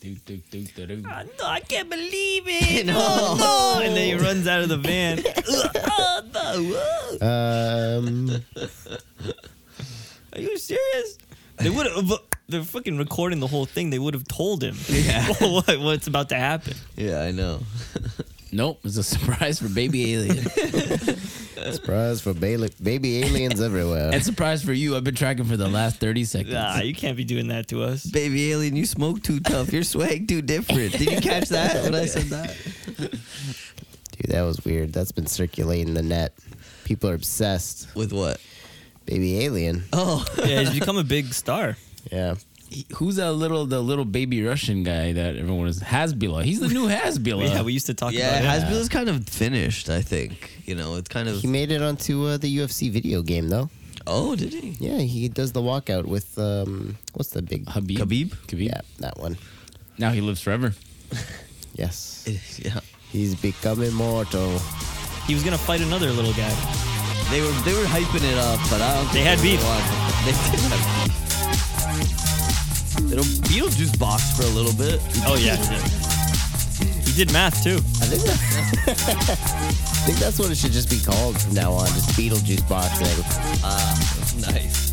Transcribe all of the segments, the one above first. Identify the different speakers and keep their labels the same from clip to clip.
Speaker 1: Do, do, do, do, do.
Speaker 2: Oh, no, I can't believe it.
Speaker 3: No.
Speaker 2: Oh, no. And then he runs out of the van. oh, no.
Speaker 3: Um,
Speaker 2: Are you serious? They would have. They're fucking recording the whole thing. They would have told him what, what's about to happen.
Speaker 3: yeah, I know.
Speaker 1: Nope, it's a surprise for baby alien.
Speaker 3: Surprise for baby, baby aliens everywhere.
Speaker 1: and surprise for you, I've been tracking for the last 30 seconds.
Speaker 2: Nah, you can't be doing that to us.
Speaker 4: Baby alien, you smoke too tough. Your swag too different. Did you catch that when I said that?
Speaker 3: Dude, that was weird. That's been circulating the net. People are obsessed.
Speaker 4: With what?
Speaker 3: Baby alien.
Speaker 4: Oh,
Speaker 2: Yeah, he's become a big star.
Speaker 3: Yeah.
Speaker 1: He- Who's that little the little baby Russian guy that everyone is Hasbila? He's the new Hasbila.
Speaker 2: yeah, we used to talk
Speaker 4: yeah.
Speaker 2: about
Speaker 4: Hasbro's kind of finished. I think you know it's kind of.
Speaker 3: He made it onto uh, the UFC video game, though.
Speaker 4: Oh, did he?
Speaker 3: Yeah, he does the walkout with, um, what's the big.
Speaker 1: Habib.
Speaker 4: Khabib?
Speaker 1: Khabib.
Speaker 3: Yeah, that one.
Speaker 1: Now he lives forever.
Speaker 3: Yes.
Speaker 4: Yeah.
Speaker 3: He's become immortal.
Speaker 2: it. He was gonna fight another little guy.
Speaker 4: They were they were hyping it up, but I don't.
Speaker 2: They had beef.
Speaker 4: won. They did have beef. They don't, Beetlejuice boxed for a little bit.
Speaker 2: Oh yeah, he did. He did math too.
Speaker 3: I think, that, I think that's what it should just be called from now on. Just Beetlejuice boxing.
Speaker 4: Nice.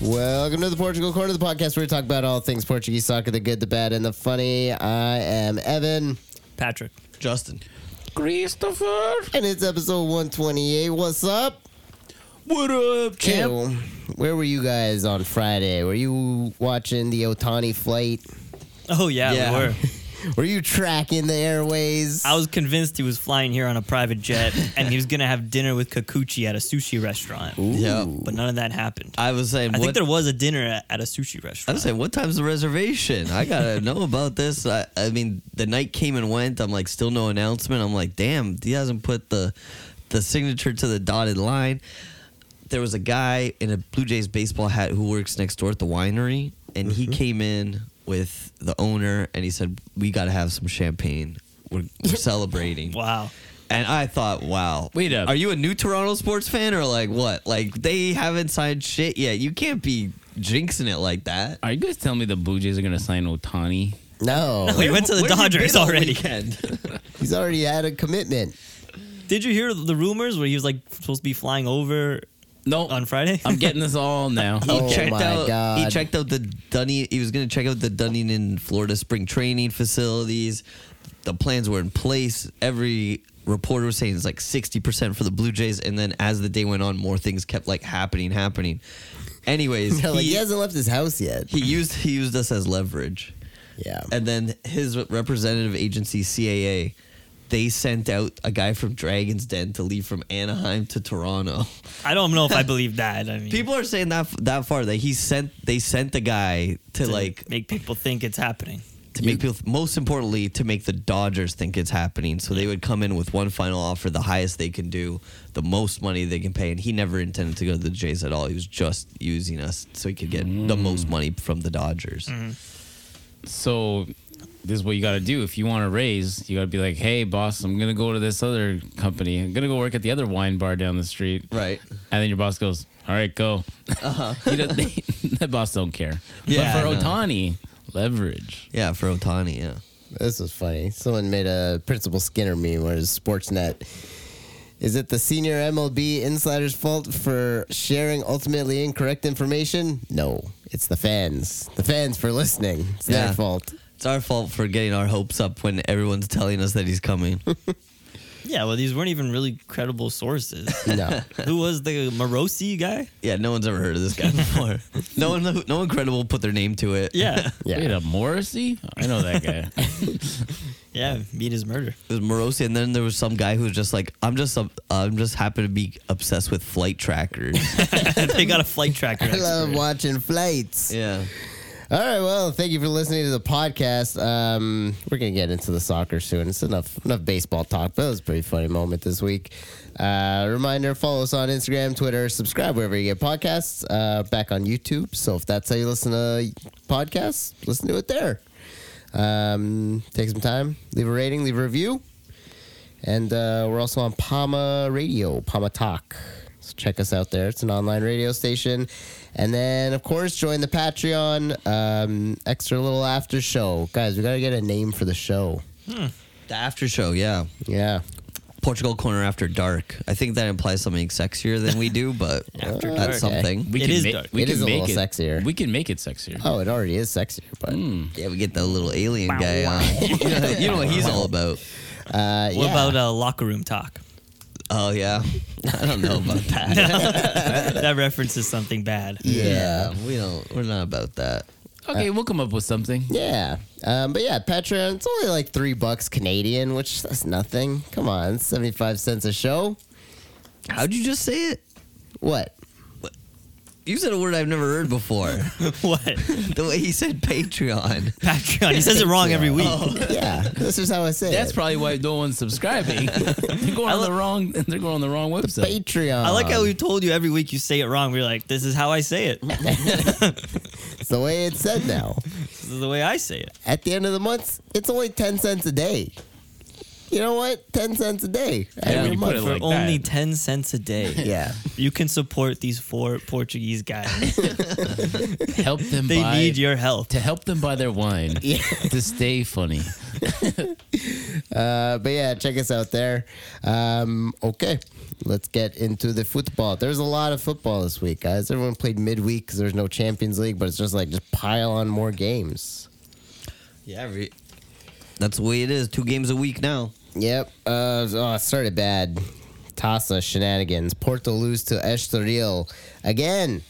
Speaker 3: Welcome to the Portugal Corner of the podcast where we talk about all things Portuguese soccer, the good, the bad, and the funny. I am Evan.
Speaker 2: Patrick.
Speaker 4: Justin.
Speaker 1: Christopher.
Speaker 3: And it's episode 128. What's up?
Speaker 4: What up,
Speaker 3: Ew. Where were you guys on Friday? Were you watching the Otani flight?
Speaker 2: Oh yeah,
Speaker 4: Yeah.
Speaker 2: we were.
Speaker 3: Were you tracking the airways?
Speaker 2: I was convinced he was flying here on a private jet, and he was gonna have dinner with Kikuchi at a sushi restaurant.
Speaker 4: Yeah.
Speaker 2: But none of that happened. I,
Speaker 4: I was saying.
Speaker 2: think
Speaker 4: what,
Speaker 2: there was a dinner at, at a sushi
Speaker 4: I
Speaker 2: restaurant.
Speaker 4: was saying, what time's the reservation? I gotta know about this. I, I mean, the night came and went. I'm like, still no announcement. I'm like, damn, he hasn't put the the signature to the dotted line. There was a guy in a Blue Jays baseball hat who works next door at the winery, and he came in with the owner, and he said, "We gotta have some champagne. We're, we're celebrating."
Speaker 2: wow.
Speaker 4: And I thought, wow.
Speaker 1: Wait up.
Speaker 4: Are you a new Toronto sports fan or like what? Like they haven't signed shit yet. You can't be jinxing it like that.
Speaker 1: Are you guys telling me the Blue Jays are gonna sign Otani?
Speaker 3: no.
Speaker 2: We went to the
Speaker 4: Where have you
Speaker 2: Dodgers
Speaker 4: been all
Speaker 2: already.
Speaker 4: weekend?
Speaker 3: He's already had a commitment.
Speaker 2: Did you hear the rumors where he was like supposed to be flying over
Speaker 1: No.
Speaker 2: on Friday?
Speaker 4: Um,
Speaker 1: I'm getting this all now.
Speaker 4: He
Speaker 3: Oh
Speaker 4: checked
Speaker 3: my
Speaker 4: out. He
Speaker 3: God.
Speaker 4: checked out the Dunny. He was going to check out the Dunedin, Florida spring training facilities. The plans were in place. Every reporter was saying it's like sixty percent for the Blue Jays, and then as the day went on, more things kept like happening, happening. Anyways,
Speaker 3: They're like,
Speaker 4: he,
Speaker 3: he hasn't left his house yet.
Speaker 4: he used he used us as leverage,
Speaker 3: yeah.
Speaker 4: and then his representative agency CAA. They sent out a guy from Dragon's Den to leave from Anaheim to Toronto.
Speaker 2: I don't know if I believe that. I mean,
Speaker 4: People are saying that that far that he sent they sent the guy to,
Speaker 2: to
Speaker 4: like
Speaker 2: make people think it's happening.
Speaker 4: to make people most importantly to make the Dodgers think it's happening. So they would come in with one final offer, the highest they can do, the most money they can pay, and he never intended to go to the Jays at all. He was just using us so he could get the most money from the Dodgers.
Speaker 1: So this is what you got to do if you want to raise. You got to be like, "Hey, boss, I'm gonna go to this other company. I'm gonna go work at the other wine bar down the street."
Speaker 4: Right.
Speaker 1: And then your boss goes, "All right, go."
Speaker 2: Uh-huh.
Speaker 1: Uh huh. the boss don't care.
Speaker 4: Yeah, I
Speaker 1: But
Speaker 4: know.
Speaker 1: for Otani, leverage.
Speaker 4: Yeah, for Otani. Yeah.
Speaker 3: This was funny. Someone made a Principal Skinner meme where it's Sportsnet. Is it the senior MLB insider's fault for sharing ultimately incorrect information? No, it's the fans. The fans for listening. It's
Speaker 4: Yeah.
Speaker 3: their fault.
Speaker 4: It's our fault for getting our hopes up when everyone's telling us that he's coming.
Speaker 2: Yeah, well, these weren't even really credible sources.
Speaker 3: No.
Speaker 2: Who was the Morosi guy?
Speaker 4: yeah, no one's ever heard of this guy before. no one, no one credible put their name to it.
Speaker 2: Yeah,
Speaker 1: Wait
Speaker 3: Yeah.
Speaker 1: a Morrissey? I know that guy.
Speaker 2: yeah, meet his murder.
Speaker 4: It was Morosi, and then there was some guy who was just like, "I'm just, up- I'm just happy to be obsessed with flight trackers."
Speaker 2: they got a flight tracker.
Speaker 3: I love
Speaker 2: expert.
Speaker 3: watching flights.
Speaker 4: yeah,
Speaker 3: All right, well, thank you for listening to the podcast. Um, we're gonna get into the soccer soon. It's enough enough baseball talk, but it was a pretty funny moment this week. Uh, reminder: follow us on Instagram, Twitter, subscribe wherever you get podcasts. Uh, back on YouTube, so if that's how you listen to podcasts, listen to it there. Um, take some time, leave a rating, leave a review, And uh, we're also on Pama Radio, Pama Talk. So check us out there. It's an online radio station. And then, of course, join the Patreon. Um, extra little after show. Guys, we got to get a name for the show.
Speaker 4: The after show, yeah.
Speaker 3: Yeah.
Speaker 4: Portugal Corner After Dark. I think that implies something sexier than we do, but
Speaker 2: After
Speaker 4: that's
Speaker 2: dark.
Speaker 4: something.
Speaker 1: We
Speaker 2: It
Speaker 1: can
Speaker 2: is
Speaker 1: make,
Speaker 2: dark.
Speaker 1: We
Speaker 3: It
Speaker 1: can
Speaker 3: is a
Speaker 1: make
Speaker 3: little
Speaker 1: it
Speaker 3: sexier.
Speaker 1: We can make it sexier.
Speaker 3: Oh, it already is sexier, but
Speaker 2: Hmm.
Speaker 4: Yeah, we get the little alien guy on. you, know, you know what he's all about.
Speaker 3: uh,
Speaker 2: What
Speaker 3: yeah.
Speaker 2: about uh, locker room talk?
Speaker 4: Oh, yeah. I don't know about that.
Speaker 2: that references something bad.
Speaker 4: yeah, we don't, we're not about that.
Speaker 1: Okay, we'll come up with something.
Speaker 3: Yeah. Um, but yeah, Patreon, it's only like three bucks Canadian, which that's nothing. Come on, 75 cents a show.
Speaker 4: How'd you just say it?
Speaker 3: What?
Speaker 4: You said a word I've never heard before.
Speaker 2: what?
Speaker 4: the way he said Patreon.
Speaker 2: Patreon. He says it wrong every week.
Speaker 3: yeah, this is how I say
Speaker 1: That's
Speaker 3: it.
Speaker 1: probably why no one's subscribing. they're going on the wrong. They're going on the wrong website.
Speaker 3: Patreon.
Speaker 2: I like
Speaker 4: Oh.
Speaker 2: how we told you every week you say it wrong. We're like, this is how I say it. This
Speaker 3: it's the way it's said now.
Speaker 2: is the way I say it.
Speaker 3: At the end of the month, it's only 10 cents a day. You know what? 10 cents a day.
Speaker 1: Yeah,
Speaker 3: Every
Speaker 1: you put
Speaker 3: month.
Speaker 1: it
Speaker 2: For
Speaker 1: like
Speaker 2: only
Speaker 1: that.
Speaker 2: 10 cents a day,
Speaker 3: yeah.
Speaker 2: you can support these four Portuguese guys.
Speaker 1: Help them.
Speaker 2: They
Speaker 1: buy,
Speaker 2: need your help.
Speaker 1: to help them buy their wine.
Speaker 3: Yeah.
Speaker 1: to stay funny.
Speaker 3: Uh, but yeah, check us out there. Um, okay, let's get into the football. There's a lot of football this week, guys. Everyone played midweek because there's no Champions League, but it's just like just pile on more games.
Speaker 4: Yeah, every, that's the way it is. Two games a week now.
Speaker 3: Yep. Uh, oh, it started bad. Tasa shenanigans. Porto lose to Estoril again.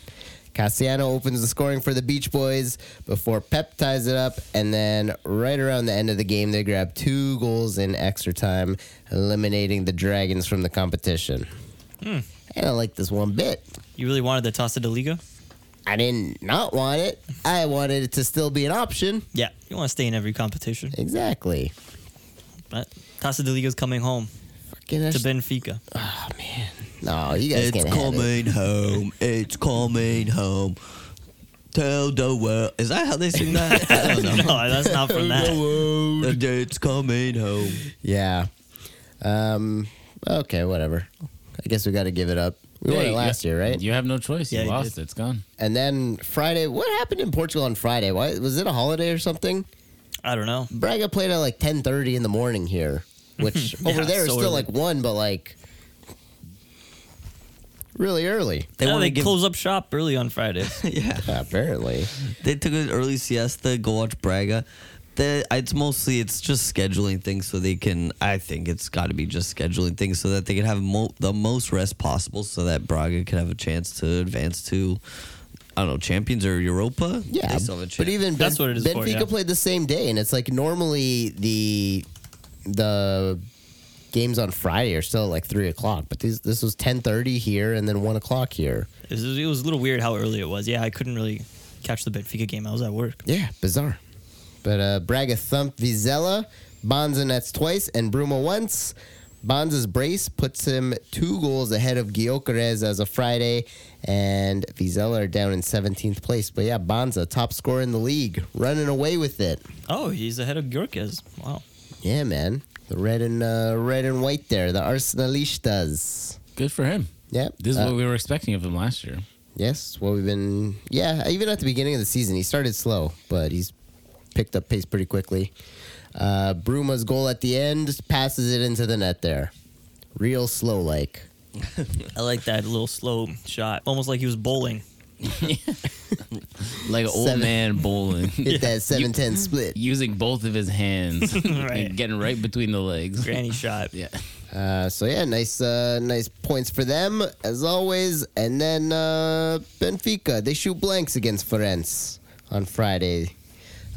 Speaker 3: Cassiano opens the scoring for the Beach Boys before Pep ties it up, and then right around the end of the game, they grab two goals in extra time, eliminating the Dragons from the competition. I don't like this one bit.
Speaker 2: You really wanted the Tasa de Liga?
Speaker 3: I didn't not want it. I wanted it to still be an option.
Speaker 2: Yeah. You want to stay in every competition.
Speaker 3: Exactly.
Speaker 2: But Tasa de Liga's coming home
Speaker 3: Fucking
Speaker 2: to
Speaker 3: Est-
Speaker 2: Benfica.
Speaker 3: oh man. No, you guys
Speaker 4: It's
Speaker 3: can't have it.
Speaker 4: coming home. It's coming home. Tell the world. Is that how they sing that? I don't know.
Speaker 2: no, that's not from that.
Speaker 4: It's coming home.
Speaker 3: Yeah. Um. Okay. Whatever. I guess we got to give it up. We won
Speaker 1: Hey,
Speaker 3: it last
Speaker 1: you-
Speaker 3: year, right?
Speaker 1: You have no choice.
Speaker 2: Yeah,
Speaker 1: you
Speaker 2: you
Speaker 1: lost.
Speaker 2: did.
Speaker 1: It. It's gone.
Speaker 3: And then Friday, what happened in Portugal on Friday? Why was it a holiday or something?
Speaker 2: I don't know.
Speaker 3: Braga played at like ten thirty in the morning here, which over
Speaker 2: Yeah,
Speaker 3: there is
Speaker 2: so
Speaker 3: still
Speaker 2: early.
Speaker 3: like one, but like really early.
Speaker 4: They
Speaker 2: Now
Speaker 4: want
Speaker 2: they
Speaker 4: to give.
Speaker 2: close up shop early on Friday.
Speaker 4: yeah,
Speaker 3: Apparently,
Speaker 4: they took an early siesta. Go watch Braga. The, it's mostly it's just scheduling things so they can. I think it's got to be just scheduling things so that they can have mo- the most rest possible, so that Braga can have a chance to advance to. I don't know, champions or Europa.
Speaker 3: yeah.
Speaker 4: they still have a chance.
Speaker 3: But even
Speaker 2: That's
Speaker 3: Ben-
Speaker 2: what it is for,
Speaker 3: Benfica
Speaker 2: yeah.
Speaker 3: played the same day, and it's like normally the the games on Friday are still at like three o'clock, but these, this was ten thirty here and then one o'clock here.
Speaker 2: It was, it was a little weird how early it was. Yeah, I couldn't really catch the Benfica game. I was at work.
Speaker 3: Yeah, bizarre. But uh, Braga thumped Vizela, Bonza nets twice, and Bruma once. Bonza's brace puts him two goals ahead of Gyökeres as of Friday, and Vizela are down in 17th place. But yeah, Bonza, top scorer in the league, running away with it.
Speaker 2: Oh, he's ahead of Gyorkes. Wow.
Speaker 3: Yeah, man. The red and uh, red and white there, the Arsenalistas.
Speaker 1: Good for him.
Speaker 3: Yep.
Speaker 1: This is
Speaker 3: Uh,
Speaker 1: what we were expecting of him last year.
Speaker 3: Yes, well, we've been, yeah, even at the beginning of the season, he started slow, but he's picked up pace pretty quickly. Uh, Bruma's goal at the end passes it into the net there. Real slow, like.
Speaker 2: I like that little slow shot, almost like he was bowling.
Speaker 1: Like an old
Speaker 3: Seven-
Speaker 1: man bowling,
Speaker 3: Hit that 7 10 split.
Speaker 1: using both of his hands
Speaker 2: Right.
Speaker 1: and getting right between the legs.
Speaker 2: Granny shot.
Speaker 1: Yeah.
Speaker 3: Uh, so, yeah, nice uh, nice points for them, as always. And then uh, Benfica, they shoot blanks against Ferenc on Friday.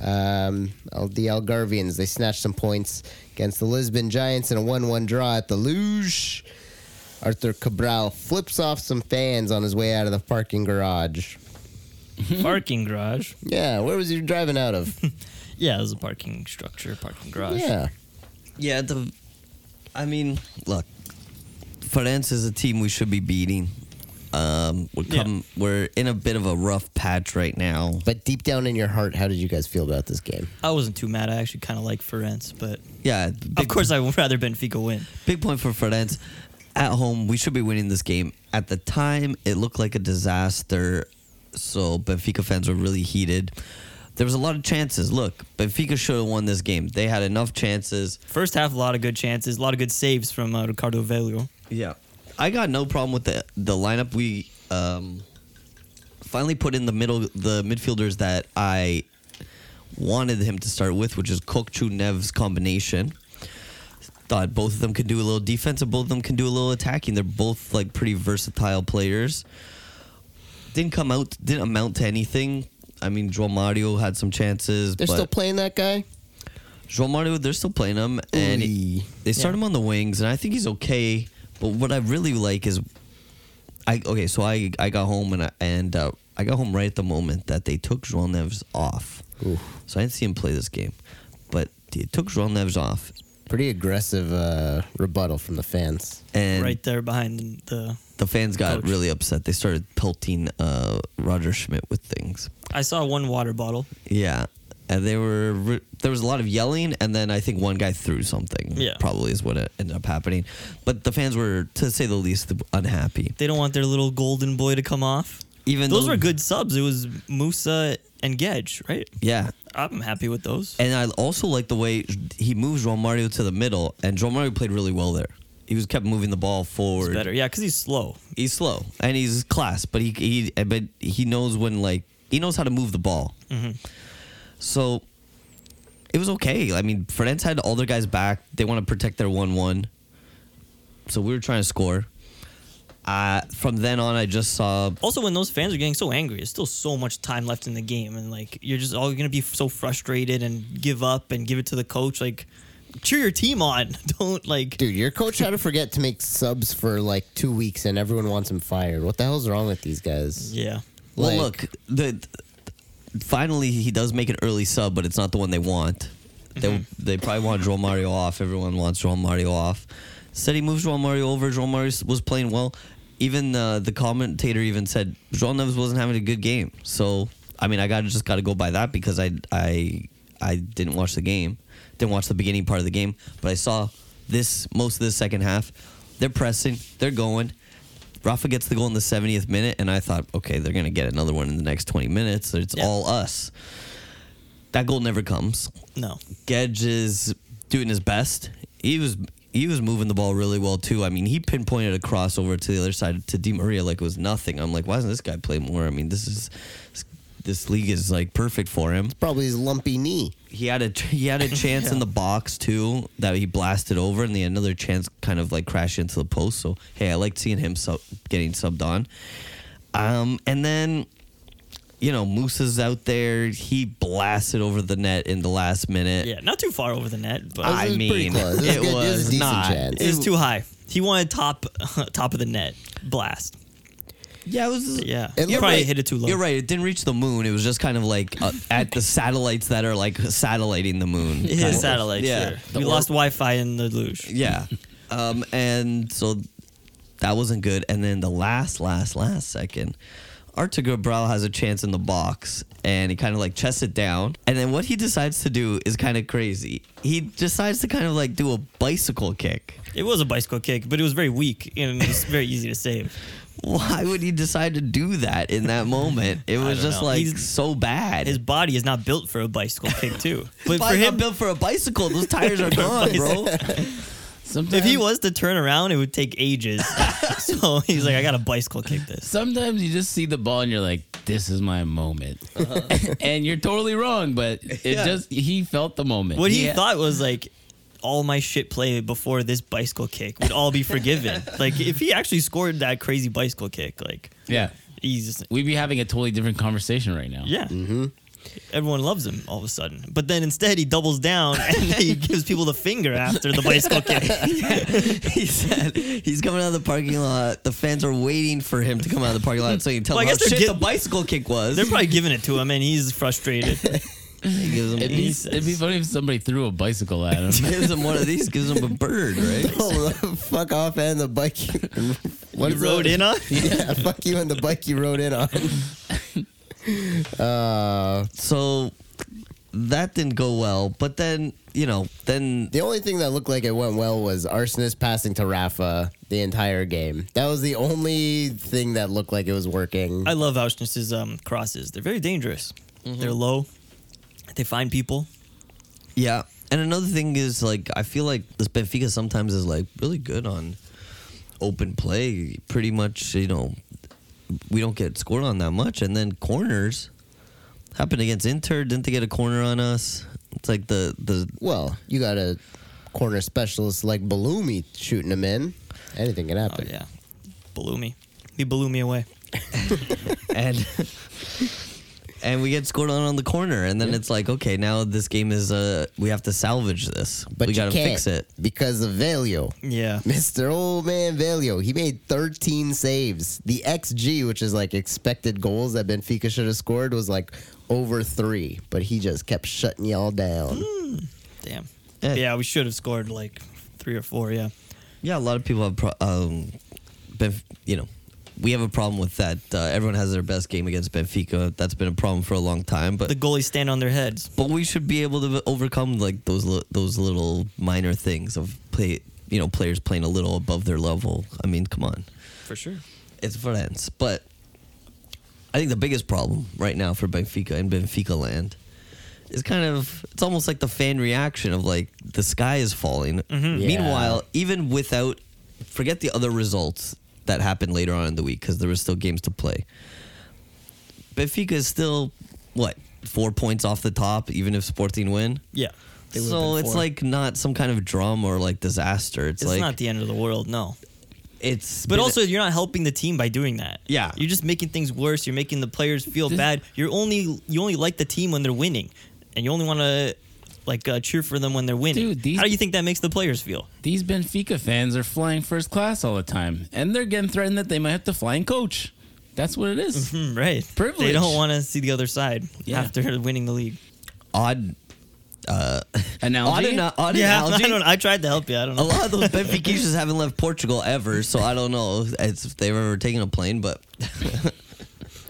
Speaker 3: Um, Al- the Algarvians, they snatched some points against the Lisbon Giants in a 1 1 draw at the Luge. Arthur Cabral flips off some fans on his way out of the parking garage.
Speaker 2: Parking garage.
Speaker 3: Yeah, where was he driving out of?
Speaker 2: Yeah, it was a parking structure, parking garage.
Speaker 3: yeah.
Speaker 4: Yeah, the. I mean, look, France is a team we should be beating. Um, we're
Speaker 2: Yeah.
Speaker 4: come, we're in a bit of a rough patch right now.
Speaker 3: But deep down in your heart, how did you guys feel about this game?
Speaker 2: I wasn't too mad. I actually kind of like Ferenc, but
Speaker 4: Yeah,
Speaker 2: of
Speaker 4: big,
Speaker 2: course I would rather Benfica win.
Speaker 4: big point for Ferenc. At home, we should be winning this game. At the time, it looked like a disaster, so Benfica fans were really heated. There was a lot of chances. Look, Benfica should have won this game. They had enough chances.
Speaker 2: First half, a lot of good chances, a lot of good saves from uh, Ricardo Velho.
Speaker 4: Yeah, I got no problem with the the lineup. We um, finally put in the middle the midfielders that I wanted him to start with, which is Kokchu Nev's combination. Thought both of them could do a little defense, and both of them can do a little attacking. They're both like pretty versatile players. Didn't come out, didn't amount to anything. I mean, João Mario had some chances.
Speaker 3: They're
Speaker 4: but
Speaker 3: still playing that guy.
Speaker 4: Joel Mario, they're still playing him, and
Speaker 3: Ooh-wee.
Speaker 4: they start him on the wings, and I think he's okay. But what I really like is, I okay, so I I got home and I, and uh, I got home right at the moment that they took Joel Neves off,
Speaker 3: Ooh.
Speaker 4: so I didn't see him play this game, but they took Joel Neves off,
Speaker 3: Pretty aggressive uh, rebuttal from the fans.
Speaker 4: and
Speaker 2: right there behind the.
Speaker 4: the fans got
Speaker 2: Coach.
Speaker 4: really upset. They started pelting uh, Roger Schmidt with things.
Speaker 2: I saw one water bottle.
Speaker 4: Yeah. And they were re- there was a lot of yelling, and then I think one guy threw something.
Speaker 2: Yeah.
Speaker 4: probably is what it ended up happening. But the fans were, to say the least, unhappy.
Speaker 2: They don't want their little golden boy to come off.
Speaker 4: Even
Speaker 2: Those
Speaker 4: though-
Speaker 2: were good subs. It was Musa and Gedge, right?
Speaker 4: Yeah,
Speaker 2: I'm happy with those.
Speaker 4: and I also like the way he moves João Mario to the middle, and João Mario played really well there. He was kept moving the ball forward.
Speaker 2: It's better, yeah, because he's slow.
Speaker 4: He's slow and he's class, but he he but he knows when like he knows how to move the ball. So it was okay. I mean, Ferenc had all their guys back. They want to protect their one-one. So we were trying to score. Uh, from then on, I just saw
Speaker 2: Also, when those fans are getting so angry, there's still so much time left in the game, and like you're just all gonna be so frustrated and give up and give it to the coach. Like, cheer your team on. Don't like.
Speaker 3: Dude, your coach had to forget to make subs for like two weeks and everyone wants him fired. What the hell's wrong with these guys?
Speaker 2: Yeah.
Speaker 4: well.
Speaker 3: Like-
Speaker 4: Look, the finally he does make an early sub, but it's not the one they want. They they probably want Joel Mario off. Everyone wants Joel Mario off. Said he moves Joel Mario over. Joel Mario s- was playing well. Even uh, the commentator even said Joel Neves wasn't having a good game. So I mean, I got to just got to go by that because I I I didn't watch the game, didn't watch the beginning part of the game, but I saw this most of the second half. They're pressing, they're going. Rafa gets the goal in the 70th minute, and I thought, okay, they're gonna get another one in the next 20 minutes. It's
Speaker 2: Yeah.
Speaker 4: all us. That goal never comes.
Speaker 2: No.
Speaker 4: Gedge is doing his best. He was he was moving the ball really well too. I mean, he pinpointed a crossover to the other side to Di Maria like it was nothing. I'm like, why doesn't this guy play more? I mean, this is this league is like perfect for him.
Speaker 3: Probably his lumpy knee.
Speaker 4: He had a he had a chance in the box too that he blasted over, and then another chance kind of like crashed into the post. So hey, I liked seeing him sub, getting subbed on. Um, and then you know Moose's out there. He blasted over the net in the last minute.
Speaker 2: Yeah. Not too far over the net, but
Speaker 4: I
Speaker 3: was pretty
Speaker 4: mean,
Speaker 3: close. It was
Speaker 4: it
Speaker 3: good. It was a
Speaker 4: was
Speaker 3: decent
Speaker 4: not.
Speaker 3: chance.
Speaker 2: it was too high. He wanted top top of the net blast.
Speaker 4: Yeah, it was.
Speaker 2: Yeah.
Speaker 3: It
Speaker 2: He
Speaker 3: looked
Speaker 2: probably
Speaker 4: right.
Speaker 2: hit it too low.
Speaker 4: You're right. It didn't reach the moon. It was just kind of like uh, at the satellites that are like satelliting the moon.
Speaker 2: It hit
Speaker 4: kind
Speaker 2: a
Speaker 4: of.
Speaker 2: satellite.
Speaker 4: Yeah.
Speaker 2: Sure.
Speaker 4: The
Speaker 2: We lost Wi-Fi in the luge.
Speaker 4: Yeah. Um, and so that wasn't good. And then the last, last, last second, Arturo Brow has a chance in the box and he kind of like chests it down. And then what he decides to do is kind of crazy. He decides to kind of like do a bicycle kick.
Speaker 2: It was a bicycle kick, but it was very weak and it was very easy to save.
Speaker 4: Why would he decide to do that in that moment? It was
Speaker 2: don't
Speaker 4: just
Speaker 2: know.
Speaker 4: like
Speaker 2: He's-
Speaker 4: so bad.
Speaker 2: His body is not built for a bicycle kick too. But
Speaker 4: But
Speaker 2: for him,
Speaker 4: built for a bicycle, those tires are gone, bro.
Speaker 1: Sometimes,
Speaker 2: if he was to turn around, it would take ages. so he's like, I gotta bicycle kick this.
Speaker 1: sometimes you just see the ball and you're like, "This is my moment,"
Speaker 2: Uh-huh.
Speaker 1: and you're totally wrong. But it
Speaker 4: Yeah.
Speaker 1: just he felt the moment.
Speaker 2: What he
Speaker 1: Yeah.
Speaker 2: thought was like, all my shit play before this bicycle kick would all be forgiven. like if he actually scored that crazy bicycle kick, like
Speaker 1: Yeah,
Speaker 2: he's just,
Speaker 1: we'd be having a totally different conversation right now.
Speaker 2: yeah. Everyone loves him all of a sudden, but then instead he doubles down and he gives people the finger after the bicycle kick.
Speaker 4: he said he's coming out of the parking lot. The fans are waiting for him to come out of the parking lot so you can tell
Speaker 2: Well, I
Speaker 4: them
Speaker 2: guess
Speaker 4: how
Speaker 2: they're
Speaker 4: shit
Speaker 2: get-
Speaker 4: the bicycle kick was.
Speaker 2: They're probably giving it to him, and he's frustrated.
Speaker 4: He gives him,
Speaker 1: It'd be,
Speaker 4: he
Speaker 1: it'd be funny if somebody threw a bicycle at him.
Speaker 4: gives him one of these, gives him a bird, right?
Speaker 3: Oh, fuck off and the bike. What
Speaker 2: you
Speaker 3: is
Speaker 2: rode
Speaker 3: that?
Speaker 2: in on?
Speaker 3: yeah, fuck you and the bike you rode in on. Uh,
Speaker 4: So that didn't go well. But then, you know, then
Speaker 3: the only thing that looked like it went well was Arsonist passing to Rafa the entire game. That was the only thing that looked like it was working.
Speaker 2: I love Auschwitz's um, crosses. They're very dangerous. They're low. They find people.
Speaker 4: yeah. And another thing is like I feel like this Benfica sometimes is like really good on open play. Pretty much, you know, we don't get scored on that much. And then corners happened against Inter. Didn't they get a corner on us? It's like the the
Speaker 3: well, you got a corner specialist like Balumi shooting him in. Anything can
Speaker 2: Oh
Speaker 3: happen.
Speaker 2: yeah, blew me. He blew me away.
Speaker 4: and and we get scored on on the corner, and then it's like, okay, now this game is uh, we have to salvage this.
Speaker 3: But
Speaker 4: we
Speaker 3: you
Speaker 4: gotta
Speaker 3: can't
Speaker 4: fix it.
Speaker 3: because of Valio.
Speaker 2: Yeah.
Speaker 3: Mr. Old Man Valio, he made 13 saves. The XG, which is like expected goals that Benfica should have scored, was like over three, but he just kept shutting y'all down.
Speaker 2: Damn.
Speaker 4: Yeah.
Speaker 2: Yeah, we should have scored like three or four. Yeah.
Speaker 4: Yeah, a lot of people have, pro- um, Benf- you know, we have a problem with that. Uh, everyone has their best game against Benfica. That's been a problem for a long time, but
Speaker 2: The goalies stand on their heads.
Speaker 4: but we should be able to overcome like those li- those little minor things of play. You know, players playing a little above their level. I mean, come on.
Speaker 2: For sure.
Speaker 4: it's France. But I think the biggest problem right now for Benfica in Benfica land is kind of it's almost like the fan reaction of like the sky is falling.
Speaker 2: Mm-hmm.
Speaker 3: Yeah.
Speaker 4: Meanwhile, even without forget the other results that happened later on in the week because there were still games to play. Benfica is still what four points off the top, even if Sporting win.
Speaker 2: Yeah. They would've
Speaker 4: So
Speaker 2: been
Speaker 4: it's
Speaker 2: four.
Speaker 4: like not some kind of drum or like disaster. It's,
Speaker 2: it's
Speaker 4: like
Speaker 2: not the end of the world. No.
Speaker 4: it's
Speaker 2: But
Speaker 4: been-
Speaker 2: also, you're not helping the team by doing that.
Speaker 4: Yeah.
Speaker 2: You're just making things worse. You're making the players feel bad. You're only you only like the team when they're winning, and you only want to like uh, cheer for them when they're winning.
Speaker 1: Dude, these-
Speaker 2: How do you think that makes the players feel?
Speaker 1: These Benfica fans are flying first class all the time, and they're getting threatened that they might have to fly and coach. That's what it is.
Speaker 2: Hmm, right. They
Speaker 1: Privilege.
Speaker 2: don't want to see the other side
Speaker 1: Yeah.
Speaker 2: after winning the league.
Speaker 4: odd. Uh,
Speaker 1: Analogy?
Speaker 4: Odd, ana- odd
Speaker 2: Yeah.
Speaker 4: analogy.
Speaker 2: I don't. I tried to help you. I don't
Speaker 4: a
Speaker 2: know.
Speaker 4: lot of those Benfiquistas haven't left Portugal ever, so I don't know as if they've ever taken a plane. But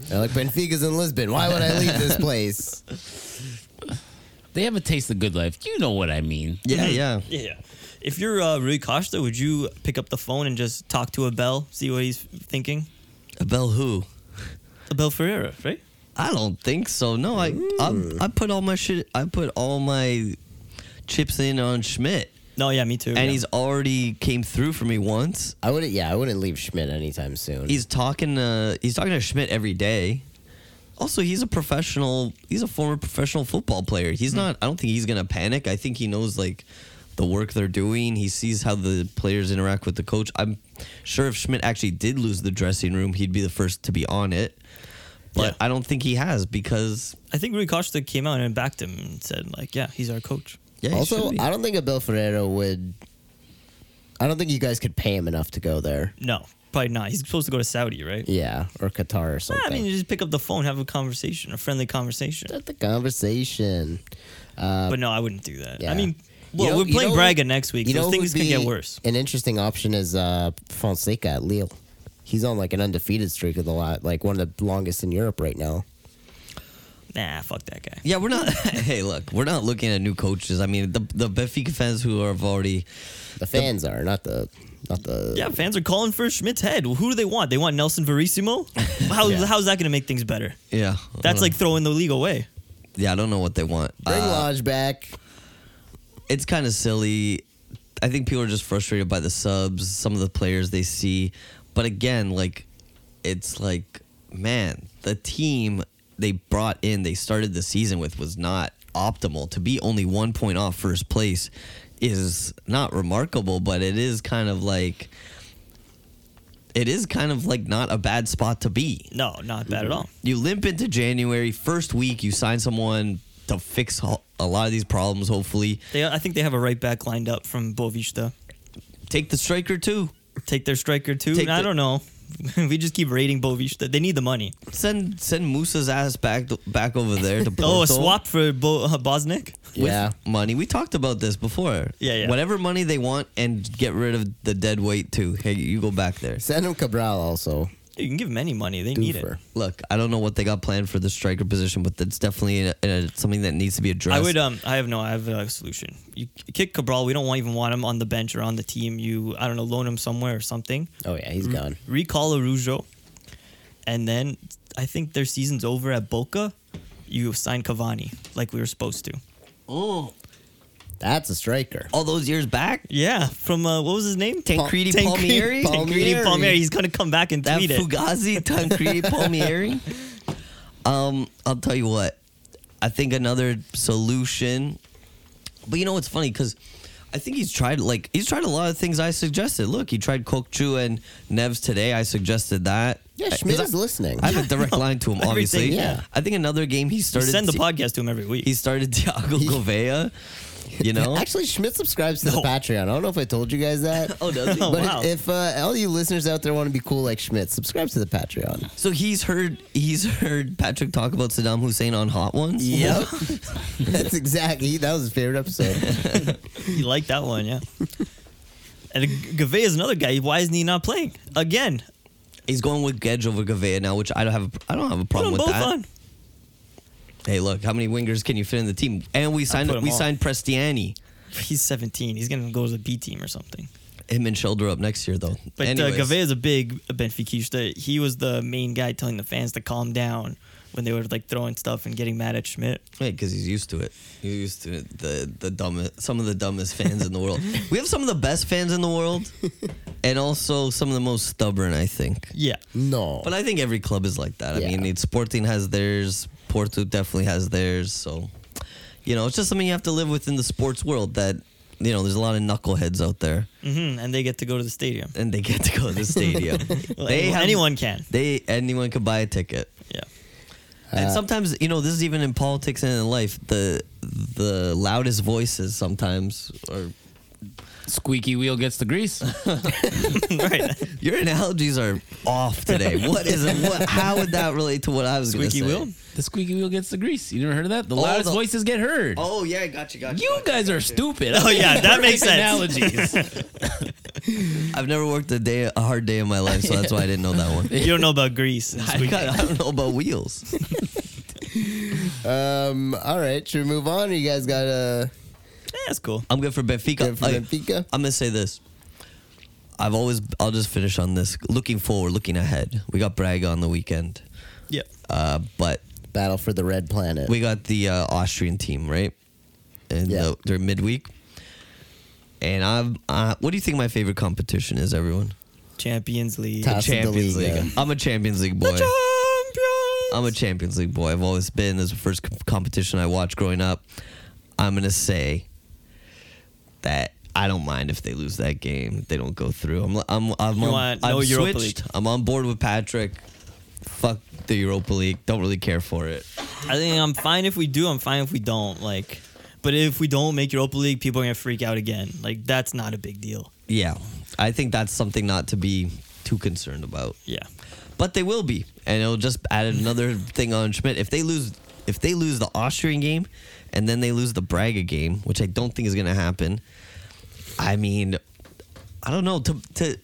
Speaker 3: They're like, Benfica's in Lisbon. Why would I leave this place?
Speaker 1: They have a taste of good life. You know what I mean.
Speaker 4: yeah,
Speaker 2: Hmm.
Speaker 4: yeah,
Speaker 2: Yeah. If you're uh, Rui Costa, would you pick up the phone and just talk to Abel, see what he's thinking?
Speaker 4: Abel who?
Speaker 2: Abel Ferreira, right?
Speaker 4: I don't think so. No, I, I I put all my shit. I put all my chips in on Schmidt,
Speaker 2: No, yeah, me too.
Speaker 4: and
Speaker 2: yeah.
Speaker 4: he's already came through for me once.
Speaker 3: I wouldn't, yeah, I wouldn't leave Schmidt anytime soon.
Speaker 4: He's talking. Uh, he's talking to Schmidt every day. Also, he's a professional. He's a former professional football player. He's not. I don't think he's gonna panic. I think he knows like the work they're doing. He sees how the players interact with the coach. I'm sure if Schmidt actually did lose the dressing room, he'd be the first to be on it. But
Speaker 2: Yeah.
Speaker 4: I don't think he has because
Speaker 2: I think Rui Costa came out and backed him and said, like, yeah, he's our coach.
Speaker 4: yeah. he
Speaker 3: also,
Speaker 4: should be.
Speaker 3: I don't think Abel Ferreira would. I don't think you guys could pay him enough to go there.
Speaker 2: No, probably not. He's supposed to go to Saudi, right?
Speaker 3: Yeah, or Qatar or
Speaker 2: Nah,
Speaker 3: something.
Speaker 2: I mean, you just pick up the phone, have a conversation, a friendly conversation.
Speaker 3: Start the conversation. Uh,
Speaker 2: but no, I wouldn't do that.
Speaker 3: yeah.
Speaker 2: I mean,
Speaker 3: You
Speaker 2: well,
Speaker 3: know-
Speaker 2: we're
Speaker 3: you
Speaker 2: playing
Speaker 3: know-
Speaker 2: Braga next week, so
Speaker 3: who
Speaker 2: things
Speaker 3: would
Speaker 2: can get
Speaker 3: be
Speaker 2: worse.
Speaker 3: An interesting option is uh, Fonseca at Lille. He's on like an undefeated streak of the lot, like one of the longest in Europe right now.
Speaker 2: Nah, fuck that guy.
Speaker 4: Yeah, we're not. hey, look, we're not looking at new coaches. I mean, the the Benfica fans who have already
Speaker 3: The fans are not the not the
Speaker 2: Yeah, fans are calling for Schmidt's head. Who do they want? They want Nelson Verissimo? How,
Speaker 3: Yeah. Uh-huh.
Speaker 2: How's that going to make things better?
Speaker 4: yeah.
Speaker 2: That's like throwing the league away.
Speaker 4: yeah. I don't know what they want.
Speaker 3: Bring
Speaker 4: Uh,
Speaker 3: Lodge back.
Speaker 4: it's kind of silly. I think people are just frustrated by the subs, some of the players they see. But again, like, it's like, man, the team they brought in, they started the season with, was not optimal. To be only one point off first place is not remarkable, but it is kind of like, it is kind of like not a bad spot to be.
Speaker 2: No, not
Speaker 3: Mm-hmm.
Speaker 2: bad at all.
Speaker 4: You limp into January, first week, you sign someone to fix ho- a lot of these problems, hopefully.
Speaker 2: They, I think they have a right back lined up from Bovista.
Speaker 4: Take the striker too.
Speaker 2: Take their striker too.
Speaker 4: Take
Speaker 2: I
Speaker 4: the-
Speaker 2: don't know. we just keep raiding Bovista. They need the money.
Speaker 4: Send send Musa's ass back back over there to Porto
Speaker 2: Oh, a swap for Bo- uh, Bosnick?
Speaker 4: with
Speaker 3: Yeah.
Speaker 4: money. We talked about this before.
Speaker 2: Yeah, yeah.
Speaker 4: Whatever money they want, and get rid of the dead weight too. Hey, you go back there.
Speaker 3: Send him Cabral also.
Speaker 2: You can give them any money. They need it.
Speaker 3: Doofer.
Speaker 4: Look, I don't know what they got planned for the striker position, but that's definitely a, a, something that needs to be
Speaker 2: I
Speaker 4: addressed.
Speaker 2: would. Um, I have no. I have a solution. You kick Cabral. We don't want, even want him on the bench or on the team. You, I don't know, loan him somewhere or something.
Speaker 3: Oh yeah,
Speaker 2: Mm.
Speaker 3: he's gone.
Speaker 2: Recall Arujo, and then I think their season's over at Boca. You sign Cavani like we were supposed to.
Speaker 4: Oh,
Speaker 3: That's a striker.
Speaker 4: all those years back,
Speaker 2: Yeah, from uh, what was his name?
Speaker 4: Tancredi Palmieri?
Speaker 2: Tancredi
Speaker 3: Palmieri.
Speaker 2: Palmieri. He's gonna come back and
Speaker 4: that
Speaker 2: tweet it.
Speaker 4: Fugazi Tancredi Palmieri. Um, I'll tell you what. I think another solution, but you know what's funny because I think he's tried like he's tried a lot of things I suggested. Look, he tried Kokchu and Neves today. I suggested that.
Speaker 3: Yeah,
Speaker 4: I- 'cause
Speaker 3: Schmidt
Speaker 4: I-
Speaker 3: is listening.
Speaker 4: I have a direct line to him, obviously.
Speaker 3: Everything, yeah.
Speaker 4: I think another game he
Speaker 2: You
Speaker 4: started.
Speaker 2: send the
Speaker 4: Thi-
Speaker 2: podcast to him every week.
Speaker 4: He started Thiago Gouveia. You know.
Speaker 3: Actually, Schmidt subscribes to the
Speaker 2: No.
Speaker 3: Patreon. I don't know if I told you guys that.
Speaker 4: Oh, does he?
Speaker 3: But
Speaker 2: wow.
Speaker 3: if uh, all you listeners out there want to be cool like Schmidt, subscribe to the Patreon.
Speaker 4: So he's heard he's heard Patrick talk about Saddam Hussein on Hot Ones.
Speaker 3: Yep. That's exactly. That was his favorite episode.
Speaker 2: You like that one, yeah. And Gavay is another guy. Why isn't he not playing again?
Speaker 4: He's going with Gedge over Gouveia now, which I don't have a, I don't have a
Speaker 2: Put
Speaker 4: problem
Speaker 2: them
Speaker 4: with
Speaker 2: both
Speaker 4: that.
Speaker 2: on.
Speaker 4: Hey, look, how many wingers can you fit in the team? And we signed
Speaker 2: put 'em
Speaker 4: we
Speaker 2: all.
Speaker 4: signed Prestiani.
Speaker 2: He's 17. He's gonna go to the B team or something.
Speaker 4: Him and Shelder up next year though.
Speaker 2: But uh,
Speaker 4: Anyways,
Speaker 2: Gavay is a big Benfica. He was the main guy telling the fans to calm down when they were like throwing stuff and getting mad at Schmidt.
Speaker 4: because he's used to it. He's used to it. the the dumbest some of the dumbest fans in the world. We have some of the best fans in the world, and also some of the most stubborn. I think.
Speaker 2: Yeah,
Speaker 3: No.
Speaker 4: But I think every club is like that. I
Speaker 3: Yeah.
Speaker 4: mean, it's Sporting has theirs, Porto definitely has theirs. So, you know, it's just something you have to live with in the sports world that, you know, there's a lot of knuckleheads out there
Speaker 2: hmm and they get to go to the stadium.
Speaker 4: and they get to go to the stadium.
Speaker 2: Well,
Speaker 4: they
Speaker 2: anyone, anyone can.
Speaker 4: They anyone could buy a ticket.
Speaker 2: Yeah,
Speaker 4: and sometimes, you know, this is even in politics and in life, the the loudest voices sometimes are
Speaker 1: Squeaky wheel gets the grease.
Speaker 2: right.
Speaker 4: your analogies are off today. what is it? What how would that relate to what I was going to say?
Speaker 2: Squeaky wheel.
Speaker 1: The squeaky wheel gets the grease. You never heard of that?
Speaker 2: Oh,
Speaker 1: The loudest
Speaker 4: the-
Speaker 1: voices get heard.
Speaker 4: Oh yeah, gotcha, gotcha.
Speaker 1: you
Speaker 4: gotcha,
Speaker 1: guys are
Speaker 4: gotcha.
Speaker 1: stupid.
Speaker 2: Oh, yeah, that makes sense.
Speaker 1: Analogies.
Speaker 4: I've never worked a day a hard day in my life, so that's why I didn't know that one.
Speaker 2: You don't know about Greece.
Speaker 4: I, got, I don't know about wheels.
Speaker 3: um. All right. Should we move on? Or you guys got a
Speaker 2: Yeah, that's cool.
Speaker 4: I'm good for Benfica.
Speaker 3: Good for
Speaker 4: I,
Speaker 3: Benfica?
Speaker 4: I'm gonna say this. I've always I'll just finish on this. Looking forward, looking ahead. We got Braga on the weekend,
Speaker 2: Yeah,
Speaker 4: uh, but
Speaker 3: battle for the red planet?
Speaker 4: we got the uh, Austrian team right, and
Speaker 3: Yeah.
Speaker 4: the, they're midweek. And I've uh, what do you think my favorite competition is? Everyone,
Speaker 2: Champions League.
Speaker 3: Top That's the
Speaker 4: Champions
Speaker 3: Liga.
Speaker 4: League. I'm a Champions League boy. I'm a Champions League boy. I've always been. This is the first com- competition I watched growing up. I'm going to say that I don't mind if they lose that game. They don't go through. I'm, I'm, I'm,
Speaker 2: You
Speaker 4: on-
Speaker 2: want
Speaker 4: I've
Speaker 2: no Europa
Speaker 4: switched.
Speaker 2: League.
Speaker 4: I'm on board with Patrick. Fuck the Europa League. Don't really care for it.
Speaker 2: I think I'm fine if we do. I'm fine if we don't. Like, but if we don't make Europa League, people are gonna freak out again. Like, that's not a big deal.
Speaker 4: Yeah. I think that's something not to be too concerned about.
Speaker 2: Yeah,
Speaker 4: But they will be. And it'll just add another thing on Schmidt. If they lose if they lose the Austrian game and then they lose the Braga game, which I don't think is gonna happen, I mean I don't know. To to to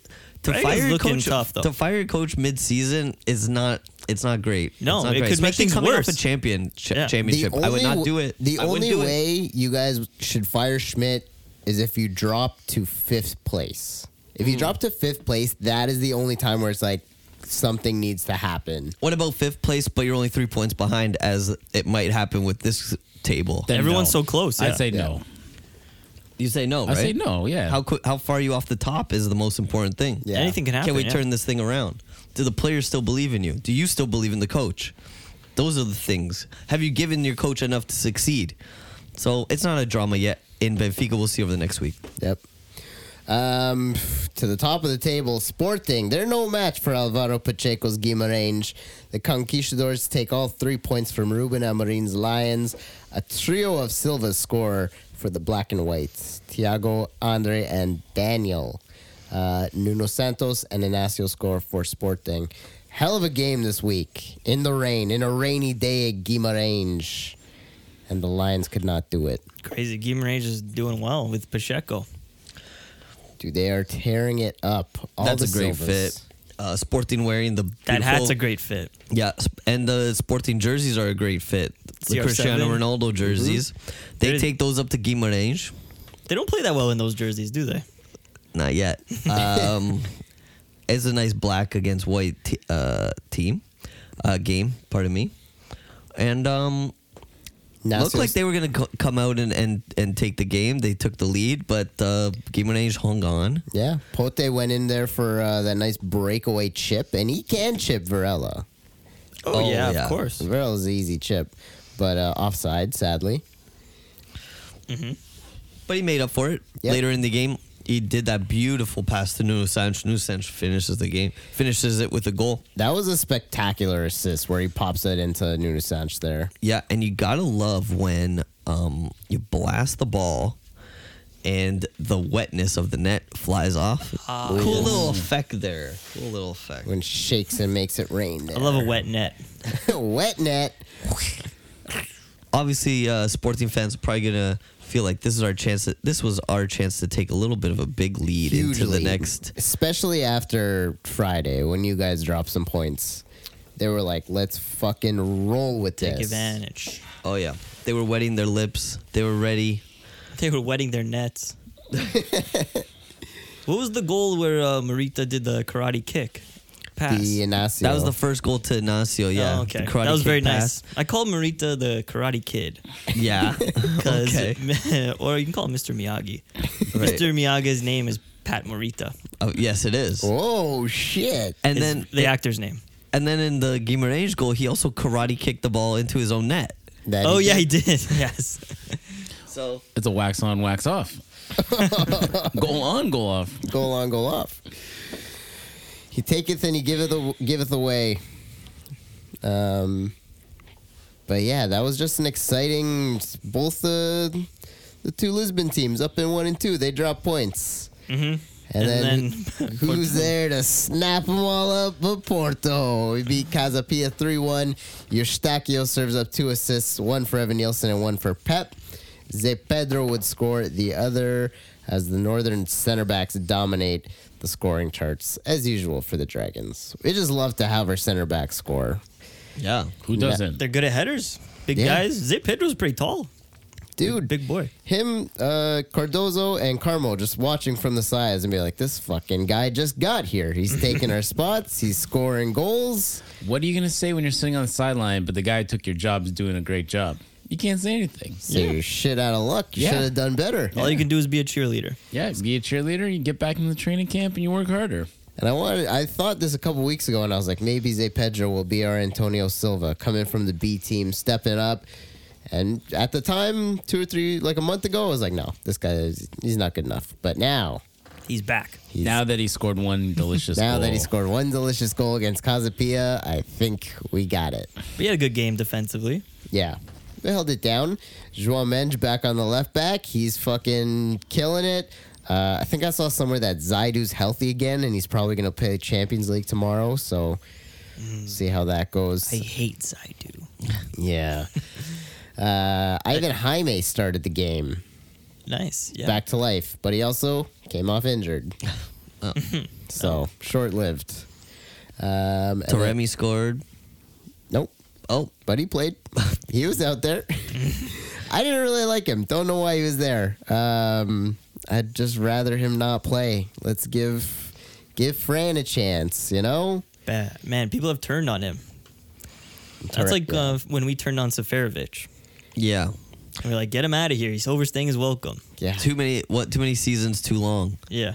Speaker 2: Braga's
Speaker 4: fire your
Speaker 2: looking
Speaker 4: coach
Speaker 2: tough, though.
Speaker 4: to fire your coach mid season is not it's not great.
Speaker 2: No,
Speaker 4: It's not
Speaker 2: it could make
Speaker 4: Especially
Speaker 2: things
Speaker 4: coming
Speaker 2: worse.
Speaker 4: Off a champion cha-
Speaker 2: Yeah. The
Speaker 4: championship. I would not
Speaker 3: w-
Speaker 4: do it.
Speaker 3: The
Speaker 4: I wouldn't
Speaker 3: only
Speaker 4: do it.
Speaker 3: way you guys should fire Schmidt is if you drop to fifth place. If
Speaker 4: Hmm.
Speaker 3: you drop to fifth place, that is the only time where it's like something needs to happen.
Speaker 4: What about fifth place, but you're only three points behind as it might happen with this table?
Speaker 1: Then
Speaker 2: everyone's
Speaker 1: no.
Speaker 2: so close. yeah.
Speaker 1: I'd say no.
Speaker 4: you say no,
Speaker 1: I
Speaker 4: right?
Speaker 1: say no. Yeah.
Speaker 4: How qu- how far you off the top is the most important thing.
Speaker 3: Yeah.
Speaker 2: anything can happen.
Speaker 4: Can we
Speaker 2: yeah.
Speaker 4: turn this thing around? Do the players still believe in you? Do you still believe in the coach? Those are the things. Have you given your coach enough to succeed? So it's not a drama yet. In Benfica, we'll see over the next week.
Speaker 3: Yep. Um, to the top of the table, Sporting. They're no match for Alvaro Pacheco's Guimarães. The Conquistadors take all three points from Ruben Amorim's Lions. A trio of Silva's scorer for the black and whites, Thiago, Andre, and Daniel. Uh, Nuno Santos and Inacio score for Sporting. Hell of a game this week in the rain, in a rainy day at Guimarães. And the Lions could not do it.
Speaker 2: Crazy. Guimaraes is doing well with Pacheco.
Speaker 3: Dude, they are tearing it up. All
Speaker 4: That's
Speaker 3: the
Speaker 4: a great
Speaker 3: Silvas.
Speaker 4: fit. Uh, Sporting wearing the
Speaker 2: That
Speaker 4: beautiful-
Speaker 2: hat's a great fit.
Speaker 4: Yeah, sp- and the Sporting jerseys are a great fit. The
Speaker 2: CR7.
Speaker 4: Cristiano Ronaldo jerseys. They
Speaker 2: They're-
Speaker 4: take those up to Guimarães.
Speaker 2: They don't play that well in those jerseys, do they?
Speaker 4: Not yet. Um, it's a nice black against white t- uh, team uh, game. Pardon me. And um, looked
Speaker 3: Inacio
Speaker 4: like they were gonna co- come out and, and, and take the game. They took the lead, but uh, Guimarães hung on.
Speaker 3: Yeah, Pote went in there for uh, that nice breakaway chip, and he can chip Varela.
Speaker 2: Oh,
Speaker 4: Oh,
Speaker 2: yeah,
Speaker 4: yeah.
Speaker 2: of course.
Speaker 3: Varela's an easy chip, but uh, offside, sadly.
Speaker 4: But he made up for it
Speaker 3: Yep.
Speaker 4: later in the game. He did that beautiful pass to Nuno Sanchez. Nuno Sanchez finishes the game, finishes it with a goal.
Speaker 3: That was a spectacular assist where he pops it into Nuno Sanchez there.
Speaker 4: Yeah, and you gotta love when um, you blast the ball and the wetness of the net flies off.
Speaker 2: Ah. Oh,
Speaker 4: cool little effect there. Cool little effect.
Speaker 3: When shakes and makes it rain.
Speaker 2: I love a wet net.
Speaker 3: a wet net.
Speaker 4: Obviously, uh, sporting fans are probably gonna feel like this is our chance. To, this was our chance to take a little bit of a big lead
Speaker 3: Hugely.
Speaker 4: into the next.
Speaker 3: Especially after Friday when you guys dropped some points. They were like, let's fucking roll with
Speaker 2: Take
Speaker 3: this.
Speaker 2: advantage.
Speaker 4: Oh yeah, they were wetting their lips. They were ready.
Speaker 2: They were wetting their nets. what was the goal where uh, Marita did the karate kick pass?
Speaker 3: The Inacio.
Speaker 4: That was the first goal to Ignacio. Yeah,
Speaker 2: Oh, okay.
Speaker 4: The karate
Speaker 2: That was
Speaker 4: kick
Speaker 2: very
Speaker 4: pass.
Speaker 2: nice. I called Marita the Karate Kid
Speaker 4: Yeah.
Speaker 2: because,
Speaker 4: okay.
Speaker 2: or you can call him Mr. Miyagi.
Speaker 4: Right.
Speaker 2: Mr. Miyagi's name is Pat Morita.
Speaker 4: Oh, yes, it is.
Speaker 3: Oh, shit.
Speaker 4: And
Speaker 2: It's
Speaker 4: then
Speaker 2: the actor's name.
Speaker 4: And then in the Guimaraes goal, he also karate kicked the ball into his own net.
Speaker 3: That
Speaker 2: Oh
Speaker 3: he
Speaker 2: yeah,
Speaker 3: did.
Speaker 2: he did. yes.
Speaker 4: So
Speaker 1: It's a wax on, wax off. goal on, goal off.
Speaker 3: goal on, goal off. He taketh and he giveth giveth away. Um, but yeah, that was just an exciting. Both the the two Lisbon teams up in one and two, they drop points.
Speaker 2: Mhm.
Speaker 3: And,
Speaker 2: And
Speaker 3: then,
Speaker 2: then-
Speaker 3: who's there to snap them all up? But Porto. We beat Casapia 3 1. Eustaquio serves up two assists, one for Evan Nielsen and one for Pep. Ze Pedro would score the other as the Northern center backs dominate the scoring charts, as usual for the Dragons. We just love to have our center back score.
Speaker 4: yeah,
Speaker 1: Who doesn't?
Speaker 2: They're good at headers. Big
Speaker 3: Yeah.
Speaker 2: guys. Zip Pedro's pretty tall.
Speaker 3: Dude,
Speaker 2: Big boy.
Speaker 3: him, uh, Cardozo, and Carmo just watching from the sides and be like, this fucking guy just got here. He's taking our spots, he's scoring goals.
Speaker 1: What are you gonna say when you're sitting on the sideline? But the guy who took your job is doing a great job. You can't say anything.
Speaker 3: So you're shit out of luck. You
Speaker 1: Yeah.
Speaker 3: should have done better.
Speaker 2: All you can do is be a cheerleader.
Speaker 1: Yeah, be a cheerleader. You get back into the training camp and you work harder.
Speaker 3: And I wanted I thought this a couple weeks ago and I was like, maybe Zay Pedro will be our Antonio Silva coming from the B team, stepping up. And at the time, two or three like a month ago, I was like, no, this guy is he's not good enough. But now
Speaker 2: He's back.
Speaker 3: he's
Speaker 1: now that he scored one delicious
Speaker 3: now
Speaker 1: goal.
Speaker 3: that he scored one delicious goal against Casapia, I think we got it.
Speaker 2: But he had a good game defensively.
Speaker 3: Yeah. They held it down. João Menge back on the left back. He's fucking killing it. Uh, I think I saw somewhere that Zaidu's healthy again, and he's probably going to play Champions League tomorrow. So see how that goes.
Speaker 2: I hate Zaidu.
Speaker 3: yeah. Uh, Ivan Jaime started the game
Speaker 2: Nice. Yeah.
Speaker 3: back to life, but he also came off injured. so short lived. Um, and then-
Speaker 4: Taremi scored.
Speaker 3: nope.
Speaker 4: Oh,
Speaker 3: but he played. he was out there. I didn't really like him. Don't know why he was there. Um, I'd just rather him not play. Let's give give Fran a chance. You know,
Speaker 2: Ba- Man, people have turned on him.
Speaker 3: Correct,
Speaker 2: That's like
Speaker 3: yeah.
Speaker 2: uh, when we turned on Seferovic.
Speaker 4: yeah.
Speaker 2: And we're like, get him out of here. He's overstaying his welcome.
Speaker 3: yeah.
Speaker 4: Too many. What? Too many seasons. Too long.
Speaker 2: Yeah.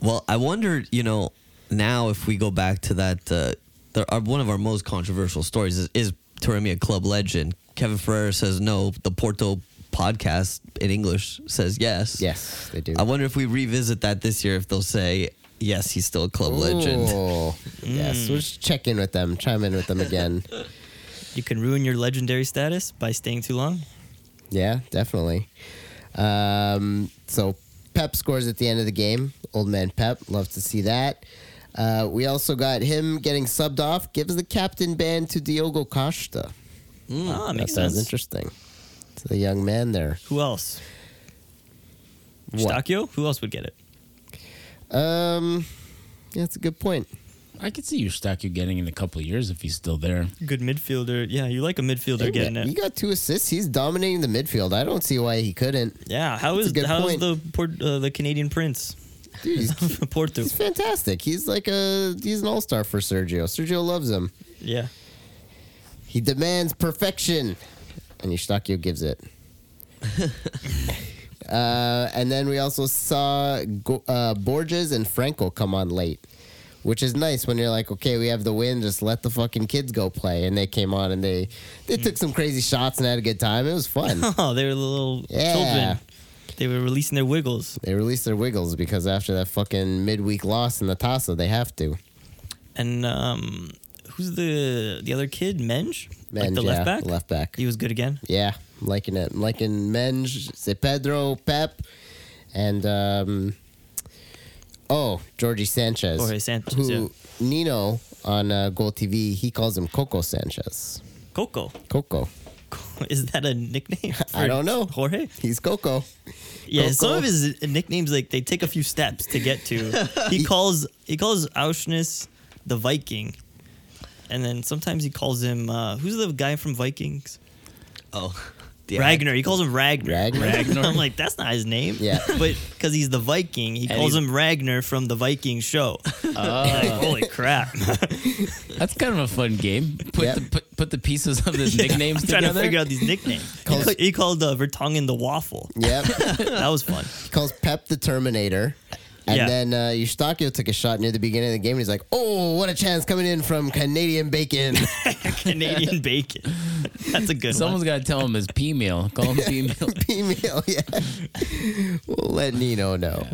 Speaker 4: Well, I wonder. You know, now if we go back to that, uh, the, our, one of our most controversial stories is, is Taremi a club legend? Kevin Ferrer says no. The Porto podcast in English says yes.
Speaker 3: Yes, they do.
Speaker 4: I wonder if we revisit that this year. If they'll say yes, he's still a club legend. Hmm.
Speaker 3: Ooh. Yes, we'll just check in with them. Chime in with them again.
Speaker 2: You can ruin your legendary status by staying too long.
Speaker 3: yeah, definitely. Um, so. Pep scores at the end of the game. Old man Pep, love to see that. Uh, we also got him getting subbed off. Gives the captain band to Diogo Costa.
Speaker 2: ah,
Speaker 3: Hmm. That
Speaker 2: makes
Speaker 3: sounds
Speaker 2: sense.
Speaker 3: interesting. To the young man there.
Speaker 2: Who else?
Speaker 3: What?
Speaker 2: Stakio? Who else would get it?
Speaker 3: Um, yeah, that's a good point.
Speaker 1: I could see your stack you getting in a couple of years if he's still there.
Speaker 2: Good midfielder. Yeah, you like a midfielder
Speaker 3: Hey,
Speaker 2: getting
Speaker 3: man, He
Speaker 2: it.
Speaker 3: got two assists. He's dominating the midfield. I don't see why he couldn't.
Speaker 2: Yeah, how
Speaker 3: That's a
Speaker 2: is
Speaker 3: good
Speaker 2: how is
Speaker 3: point.
Speaker 2: the port, uh, the Canadian prince
Speaker 3: Dude, he's,
Speaker 2: Porto?
Speaker 3: he's fantastic. He's like a he's an all star for Sergio. Sergio loves him.
Speaker 2: Yeah,
Speaker 3: He demands perfection, and Eustaquio gives it. uh, and then we also saw Go- uh, Borges and Franco come on late, which is nice when you're like, okay, we have the win, just let the fucking kids go play. And they came on and they they
Speaker 2: Hmm.
Speaker 3: took some crazy shots and had a good time. It was fun.
Speaker 2: oh, they were little
Speaker 3: Yeah.
Speaker 2: children. They were releasing their wiggles,
Speaker 3: they released their wiggles because after that fucking midweek loss in the Tasa, they have to.
Speaker 2: and um, who's the the other kid? Menge, like
Speaker 3: Menge,
Speaker 2: the
Speaker 3: yeah,
Speaker 2: left back.
Speaker 3: left back.
Speaker 2: He was good again.
Speaker 3: Yeah, I'm liking it. I'm liking Menge, Se Pedro, Pep, and um, oh, Georgie Sanchez.
Speaker 2: Jorge Sanchez,
Speaker 3: Who
Speaker 2: yeah.
Speaker 3: Nino on uh, Goal TV? He calls him Coco Sanchez.
Speaker 2: Coco,
Speaker 3: Coco.
Speaker 2: is that a nickname?
Speaker 3: I
Speaker 2: for
Speaker 3: don't know.
Speaker 2: Jorge.
Speaker 3: He's Coco.
Speaker 2: Yeah, some
Speaker 3: Coco.
Speaker 2: of his nicknames like they take a few steps to get to. he calls he calls Auschwitz the Viking, and then sometimes he calls him uh, who's the guy from Vikings?
Speaker 4: Oh, yeah.
Speaker 2: Ragnar. He calls him Ragnar.
Speaker 3: Ragnar.
Speaker 1: Ragnar.
Speaker 2: I'm like that's not his name.
Speaker 3: Yeah.
Speaker 2: but because he's the Viking, he
Speaker 1: And
Speaker 2: calls
Speaker 1: he's-
Speaker 2: him Ragnar from the Viking show.
Speaker 3: Oh.
Speaker 2: Like, holy crap!
Speaker 1: That's kind of a fun game. Put
Speaker 3: Yep.
Speaker 1: the put, put the pieces of the nicknames
Speaker 2: I'm trying to
Speaker 1: together.
Speaker 2: figure out these nicknames.
Speaker 3: Calls-
Speaker 2: he called uh, Vertonghen the waffle.
Speaker 3: Yep.
Speaker 2: that was fun.
Speaker 3: he calls Pep the Terminator. And
Speaker 2: Yeah.
Speaker 3: then uh, Eustachio took a shot near the beginning of the game. And he's like, "Oh, what a chance coming in from Canadian Bacon."
Speaker 2: Canadian bacon. That's a good one.
Speaker 1: Someone's got to tell him his P meal. Call him P meal.
Speaker 3: Female, yeah. we'll let Nino know.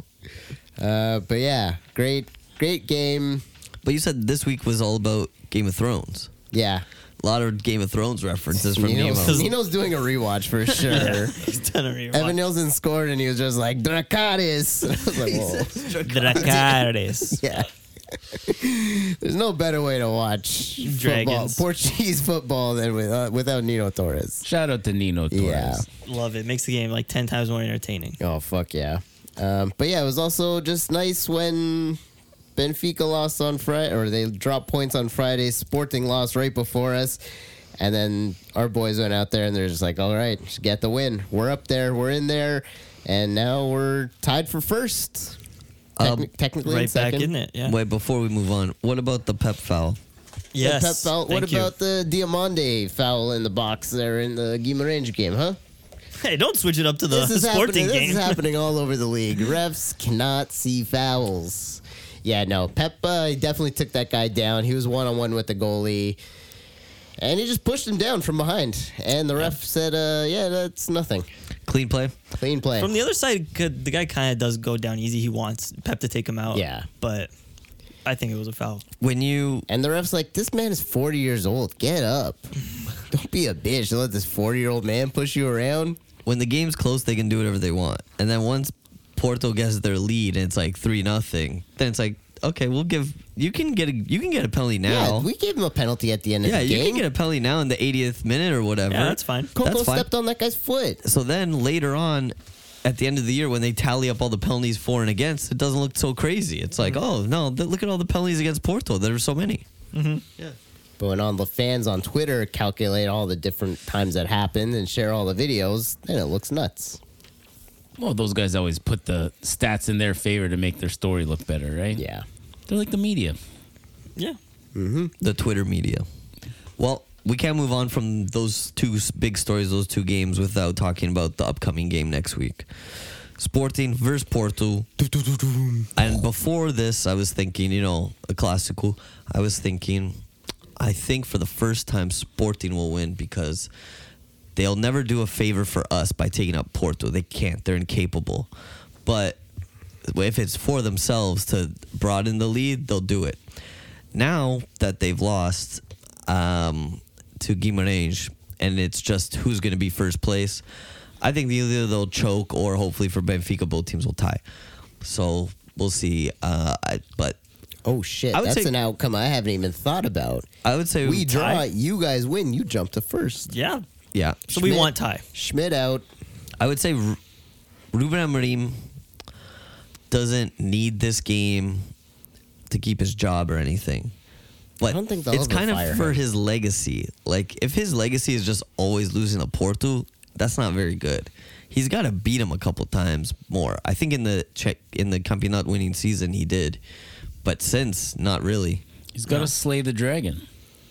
Speaker 3: Uh, but yeah, great, great game.
Speaker 4: But you said this week was all about Game of Thrones.
Speaker 3: Yeah.
Speaker 4: A lot of Game of Thrones references from
Speaker 3: Nino's,
Speaker 4: Nemo.
Speaker 3: Nino's doing a rewatch for sure.
Speaker 2: He's done a rewatch.
Speaker 3: Evan Nielsen scored and he was just like, Dracaris. And I was like, whoa.
Speaker 2: Dracarys.
Speaker 3: Yeah. There's no better way to watch football,
Speaker 2: Dragons.
Speaker 3: Portuguese football than with, uh, without Nino Torres.
Speaker 1: Shout out to Nino Torres.
Speaker 3: Yeah.
Speaker 2: Love it. Makes the game like 10 times more entertaining.
Speaker 3: Oh fuck yeah! Um, but yeah, it was also just nice when Benfica lost on Friday, or they dropped points on Friday. Sporting lost right before us, and then our boys went out there and they're just like, "All right, just get the win. We're up there. We're in there, and now we're tied for first.
Speaker 4: Um,
Speaker 3: Techni- technically, in
Speaker 2: right back
Speaker 3: second.
Speaker 2: in it. Yeah.
Speaker 4: Wait, before we move on, what about the pep foul?
Speaker 3: The
Speaker 2: Yes.
Speaker 3: pep foul-
Speaker 2: Thank
Speaker 3: what
Speaker 2: you.
Speaker 3: about the Diamande foul in the box there in the Guimarães game, huh?
Speaker 2: Hey, don't switch it up to the
Speaker 3: this is
Speaker 2: sporting
Speaker 3: happening.
Speaker 2: game.
Speaker 3: This is happening all over the league. Refs cannot see fouls. Yeah, no. Pep uh, he definitely took that guy down. He was one on one with the goalie, and he just pushed him down from behind. And the ref said, uh, "Yeah, that's nothing.
Speaker 4: Clean play.
Speaker 3: Clean play."
Speaker 2: From the other side, could- the guy kind of does go down easy. He wants Pep to take him out.
Speaker 3: Yeah.
Speaker 2: But I think it was a foul.
Speaker 4: When you
Speaker 3: and the ref's like, "This man is forty years old. Get up. Don't be a bitch. Don't let this forty-year-old man push you around."
Speaker 4: when the game's close, they can do whatever they want. And then once Porto gets their lead and it's like three nothing, then it's like okay, we'll give you can get a you can get a penalty now.
Speaker 3: Yeah, we gave him a penalty at the end
Speaker 4: Yeah,
Speaker 3: of the
Speaker 4: you
Speaker 3: game.
Speaker 4: can get a penalty now in the 80th minute or whatever.
Speaker 2: Yeah, that's fine.
Speaker 3: Coco
Speaker 4: that's fine.
Speaker 3: stepped on that guy's foot.
Speaker 4: So then later on, at the end of the year, when they tally up all the penalties for and against, it doesn't look so crazy. It's like, oh no, th- look at all the penalties against Porto. There are so many.
Speaker 3: But when all the fans on Twitter calculate all the different times that happened and share all the videos, then it looks nuts.
Speaker 1: Well, those guys always put the stats in their favor to make their story look better, right?
Speaker 3: Yeah.
Speaker 1: They're like the media.
Speaker 2: Yeah.
Speaker 4: the Twitter media. Well, we can't move on from those two s- big stories, those two games, without talking about the upcoming game next week. Sporting versus Porto. And before this, I was thinking, you know, a classical. I was thinking, I think for the first time, Sporting will win because they'll never do a favor for us by taking out Porto. They can't. They're incapable. But if it's for themselves to broaden the lead, they'll do it. Now that they've lost um, to Guimarães and it's just who's going to be first place, I think either they'll choke or hopefully for Benfica, both teams will tie. So we'll see. Uh, I, but
Speaker 3: Oh shit!
Speaker 4: I would
Speaker 3: That's
Speaker 4: say-
Speaker 3: an outcome I haven't even thought about.
Speaker 4: I would say
Speaker 3: We draw,
Speaker 2: tie?
Speaker 3: you guys win, you jump to first.
Speaker 2: Yeah.
Speaker 4: Yeah,
Speaker 2: So we
Speaker 3: Schmidt-
Speaker 2: want tie.
Speaker 3: Schmidt out.
Speaker 4: I would say Ru- Ruben Amorim doesn't need this game to keep his job or anything. But
Speaker 3: don't think they'll
Speaker 4: it's
Speaker 3: ever
Speaker 4: kind
Speaker 3: fire
Speaker 4: of for
Speaker 3: him.
Speaker 4: his legacy. Like if his legacy is just always losing to Porto, that's not very good. He's got to beat him a couple times more. I think in the check in the Campeonato winning season he did, but since not really.
Speaker 1: He's got to slay the dragon.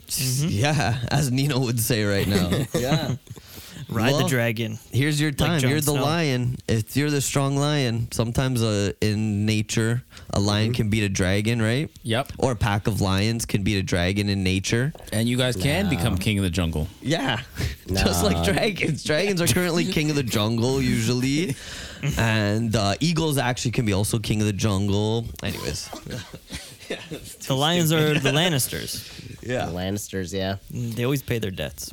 Speaker 2: Mm-hmm.
Speaker 4: Yeah, as Nino would say right now. yeah.
Speaker 2: Ride
Speaker 4: Well,
Speaker 2: the dragon.
Speaker 4: Here's your time.
Speaker 2: Jon
Speaker 4: you're the
Speaker 2: Snow.
Speaker 4: lion. If you're the strong lion, sometimes uh, in nature, a lion
Speaker 2: Mm-hmm.
Speaker 4: can beat a dragon, right?
Speaker 1: Yep.
Speaker 4: Or a pack of lions can beat a dragon in nature.
Speaker 1: And you guys can become king of the jungle.
Speaker 4: Yeah. Just like dragons. Dragons are currently king of the jungle, usually. and uh, eagles actually can be also king of the jungle. Anyways.
Speaker 2: The Lions are the Lannisters. Mm,
Speaker 3: The Lannisters, yeah,
Speaker 2: They always pay their debts.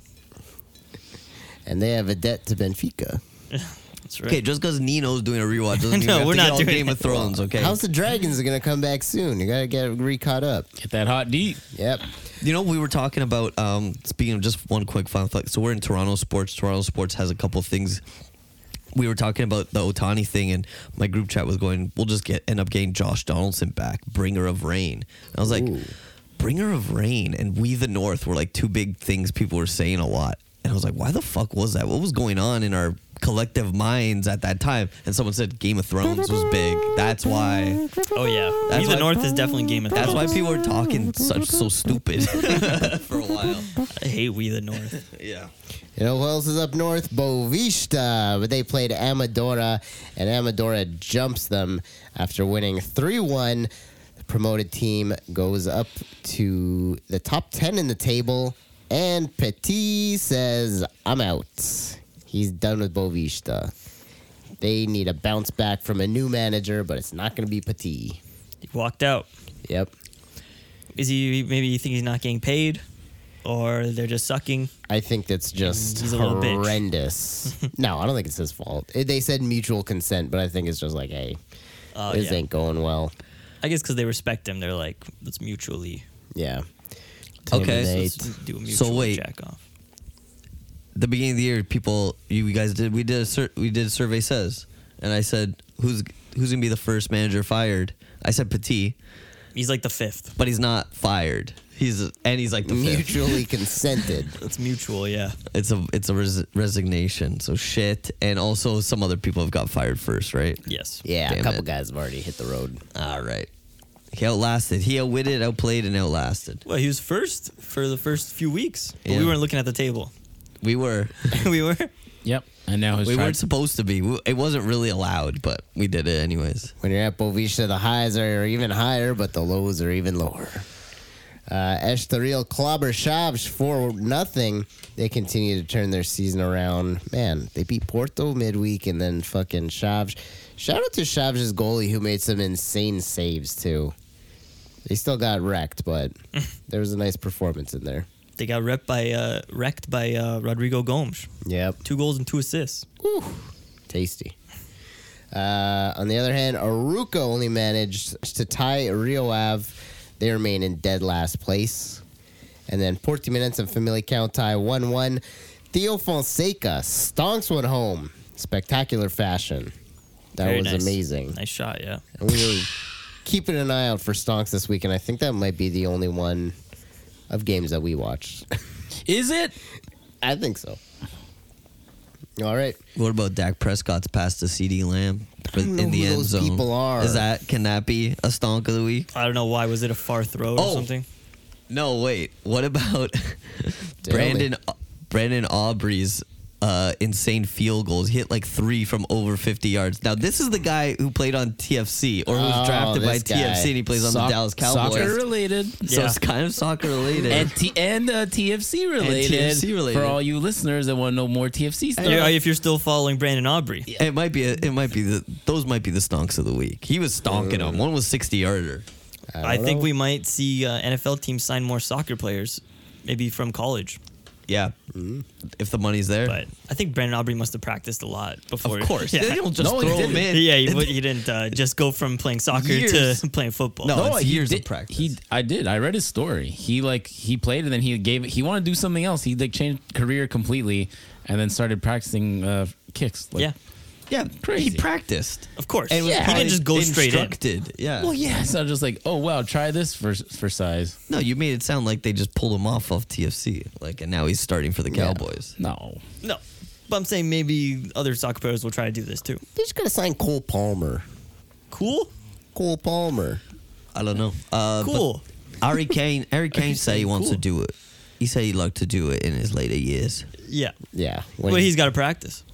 Speaker 3: and they have a debt to Benfica.
Speaker 2: That's right.
Speaker 4: Okay, just because Nino's doing a rewatch doesn't mean
Speaker 2: No,
Speaker 4: we have
Speaker 2: we're
Speaker 4: to
Speaker 2: not
Speaker 4: get all
Speaker 2: doing
Speaker 4: Game
Speaker 2: it.
Speaker 4: of Thrones, okay?
Speaker 3: How's the Dragons are gonna come back soon? You gotta get re caught up.
Speaker 1: Get that hot deep.
Speaker 3: Yep.
Speaker 4: You know, we were talking about um, speaking of just one quick final thought. So we're in Toronto sports. Toronto sports has a couple things. We were talking about the Otani thing, and my group chat was going, "We'll just get end up getting Josh Donaldson back, bringer of rain." And I was like,
Speaker 3: Ooh.
Speaker 4: "Bringer of rain," and we the North were like two big things people were saying a lot, and I was like, "Why the fuck was that? What was going on in our collective minds at that time?" And someone said Game of Thrones was big. That's why.
Speaker 2: Oh yeah.
Speaker 4: That's
Speaker 2: We the
Speaker 4: why-
Speaker 2: North is definitely Game of
Speaker 4: That's
Speaker 2: Thrones.
Speaker 4: why people were talking such so stupid for a while.
Speaker 2: I hate We the North.
Speaker 4: Yeah.
Speaker 3: You know who else is up north? Bovista, but they played Amadora, and Amadora jumps them after winning 3 1. The promoted team goes up to the top 10 in the table, and Petit says, I'm out. He's done with Bovista. They need a bounce back from a new manager, but it's not going to be Petit.
Speaker 2: He walked out.
Speaker 3: Yep.
Speaker 2: Is he maybe you think he's not getting paid? Or they're just sucking.
Speaker 3: I think that's just
Speaker 2: He's a little bitch.
Speaker 3: horrendous. no, I don't think it's his fault. It- They said mutual consent, but I think it's just like, hey,
Speaker 2: Oh,
Speaker 3: this
Speaker 2: yeah.
Speaker 3: ain't going well.
Speaker 2: I guess because they respect him, they're like, let's mutually,
Speaker 3: Yeah.
Speaker 4: Okay, so
Speaker 3: Terminate.
Speaker 2: let's do a mutual
Speaker 4: wait.
Speaker 2: jack off.
Speaker 4: the beginning of the year, people, you guys did we did a sur- we did a survey says, and I said who's who's gonna be the first manager fired. I said Petit,
Speaker 2: He's like the fifth.
Speaker 4: but he's not fired. He's and he's like the fifth.
Speaker 3: mutually consented.
Speaker 2: It's mutual, yeah.
Speaker 4: It's a it's a res- resignation. So shit, and also some other people have got fired first, right?
Speaker 2: Yes.
Speaker 3: Yeah,
Speaker 4: Damn
Speaker 3: a couple
Speaker 4: it.
Speaker 3: guys have already hit the road.
Speaker 4: All right. He outlasted. He outwitted, outplayed, and outlasted.
Speaker 2: Well, he was first for the first few weeks. But
Speaker 4: Yeah.
Speaker 2: we weren't looking at the table.
Speaker 4: We were
Speaker 2: we were.
Speaker 1: Yep. And now his
Speaker 4: we
Speaker 1: tri-
Speaker 4: weren't supposed to be. We- It wasn't really allowed, but we did it anyways.
Speaker 3: When you're at Bovista, the highs are even higher, but the lows are even lower. Uh, Estoril clobber Shavs for nothing. They continue to turn their season around. Man, they beat Porto midweek and then fucking Shavs. Shout out to Shavs' goalie who made some insane saves too. They still got wrecked, but there was a nice performance in there.
Speaker 2: They got wrecked by uh, wrecked by uh, Rodrigo Gomes.
Speaker 3: Yep.
Speaker 2: Two goals and two assists.
Speaker 3: Whew, tasty. Uh, on the other hand, Aruca only managed to tie Rio Ave. They remain in dead last place. And then Portimonense and Famalicão tie 1 1. Theo Fonseca stonks one home. Spectacular fashion. That
Speaker 2: Very
Speaker 3: was
Speaker 2: nice.
Speaker 3: amazing.
Speaker 2: Nice shot, yeah.
Speaker 3: And we were keeping an eye out for stonks this week, and I think that might be the only one of games that we watched.
Speaker 1: Is it?
Speaker 3: I think so. All right.
Speaker 4: What about Dak Prescott's pass to CD Lamb for-
Speaker 3: don't
Speaker 4: in
Speaker 3: know
Speaker 4: the
Speaker 3: who
Speaker 4: end
Speaker 3: those
Speaker 4: zone?
Speaker 3: people are.
Speaker 4: Is that can that be a stonk of the week?
Speaker 2: I don't know why. Was it a far throw or
Speaker 4: Oh.
Speaker 2: something?
Speaker 4: No, wait. What about
Speaker 3: Tell
Speaker 4: Brandon Brandon Aubrey's uh, insane field goals? He hit like three from over fifty yards. Now this is the guy who played on TFC or who
Speaker 3: Oh,
Speaker 4: was drafted by
Speaker 3: this guy.
Speaker 4: TFC and he plays on
Speaker 1: Soc-
Speaker 4: the Dallas Cowboys.
Speaker 1: Soccer related.
Speaker 4: So
Speaker 2: Yeah.
Speaker 4: it's kind of soccer related.
Speaker 1: And, t- and uh, TFC related.
Speaker 4: TFC related.
Speaker 1: For all you listeners that want to know more TFC stuff.
Speaker 2: Yeah, if you're still following Brandon Aubrey.
Speaker 4: it might be. A, it might be the. Those might be the stonks of the week. He was stonking
Speaker 3: Mm.
Speaker 4: them. One was sixty yarder.
Speaker 3: I,
Speaker 2: I
Speaker 3: don't
Speaker 2: think
Speaker 3: know.
Speaker 2: we might see uh, NFL teams sign more soccer players, maybe from college.
Speaker 4: yeah,
Speaker 3: Mm.
Speaker 4: if the money's there.
Speaker 2: But I think Brandon Aubrey must have practiced a lot before.
Speaker 4: of course,
Speaker 2: Yeah,
Speaker 4: they don't just
Speaker 1: No, he
Speaker 4: throw him
Speaker 1: didn't.
Speaker 4: in.
Speaker 2: yeah he, would- he didn't uh, just go from playing soccer
Speaker 4: Years.
Speaker 2: to playing football.
Speaker 4: No,
Speaker 1: No,
Speaker 4: it's
Speaker 1: Oh, he
Speaker 4: years
Speaker 1: did,
Speaker 4: of practice.
Speaker 1: He, I did. I read his story. He like he played and then he gave. He wanted to do something else. He like changed career completely, and then started practicing uh, kicks. Like,
Speaker 2: yeah,
Speaker 4: yeah,
Speaker 1: Crazy.
Speaker 4: He practiced.
Speaker 2: of course.
Speaker 4: And was
Speaker 2: he
Speaker 4: probably
Speaker 2: didn't just go straight in.
Speaker 4: instructed. Yeah.
Speaker 1: Well, yeah. It's not just like, oh wow, try this for for size.
Speaker 4: No, you made it sound like they just pulled him off of TFC, like, and now he's starting for the Cowboys.
Speaker 1: No,
Speaker 2: No, but I'm saying maybe other soccer players will try to do this too.
Speaker 3: They just gotta sign Cole Palmer.
Speaker 2: Cool,
Speaker 3: Cole Palmer.
Speaker 4: I don't know. Uh, but
Speaker 2: cool.
Speaker 4: Ari Kane. Ari Kane said he wants to
Speaker 2: cool.
Speaker 4: do it. He said he liked to do it in his later years.
Speaker 2: Yeah,
Speaker 3: Yeah, when
Speaker 2: but he's got to practice.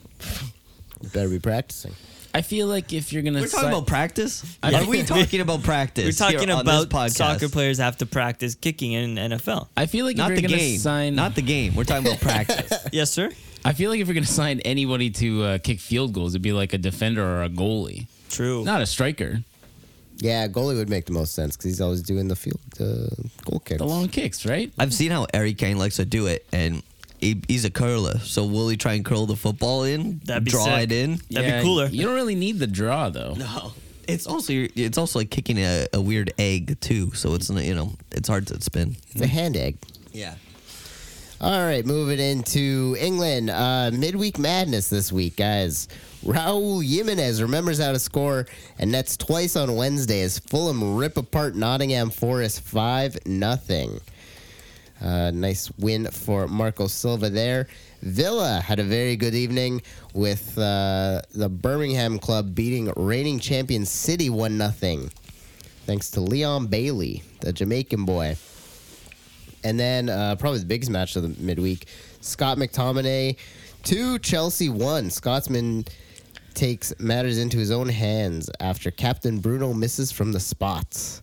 Speaker 3: he better be practicing.
Speaker 1: I feel like if you're gonna,
Speaker 4: We're talking
Speaker 1: si-
Speaker 4: about practice.
Speaker 1: I
Speaker 4: Are
Speaker 1: think-
Speaker 4: we talking about practice?
Speaker 2: We're talking
Speaker 4: here on this
Speaker 2: about
Speaker 4: podcast?
Speaker 2: soccer players have to practice kicking in NFL.
Speaker 1: I feel like
Speaker 4: Not
Speaker 1: if
Speaker 4: the
Speaker 1: you're gonna
Speaker 4: game.
Speaker 1: sign,
Speaker 4: Not the game. We're talking about practice.
Speaker 2: yes, sir.
Speaker 1: I feel like if you're gonna sign anybody to uh, kick field goals, it'd be like a defender or a goalie,
Speaker 2: True.
Speaker 1: not a striker.
Speaker 3: Yeah, goalie would make the most sense because he's always doing the field the goal kicks.
Speaker 1: The long kicks, right?
Speaker 4: I've seen how Ari Kane likes to do it, and he, he's a curler. So will he try and curl the football in?
Speaker 2: That'd be
Speaker 4: draw
Speaker 2: sick.
Speaker 4: it in.
Speaker 2: That'd be cooler.
Speaker 1: You don't really need the draw though.
Speaker 4: No. It's also it's also like kicking a, a weird egg too, so it's not you know it's hard to spin.
Speaker 3: It's a hand egg.
Speaker 4: Yeah.
Speaker 3: All right, moving into England. Uh, midweek madness this week, guys. Raul Jimenez remembers how to score and nets twice on Wednesday as Fulham rip apart Nottingham Forest 5 0. Uh, nice win for Marco Silva there. Villa had a very good evening with uh, the Birmingham club beating reigning champion City 1 0, thanks to Leon Bailey, the Jamaican boy. And then uh, probably the biggest match of the midweek Scott McTominay, two, Chelsea one. Scotsman takes matters into his own hands after Captain Bruno misses from the spots.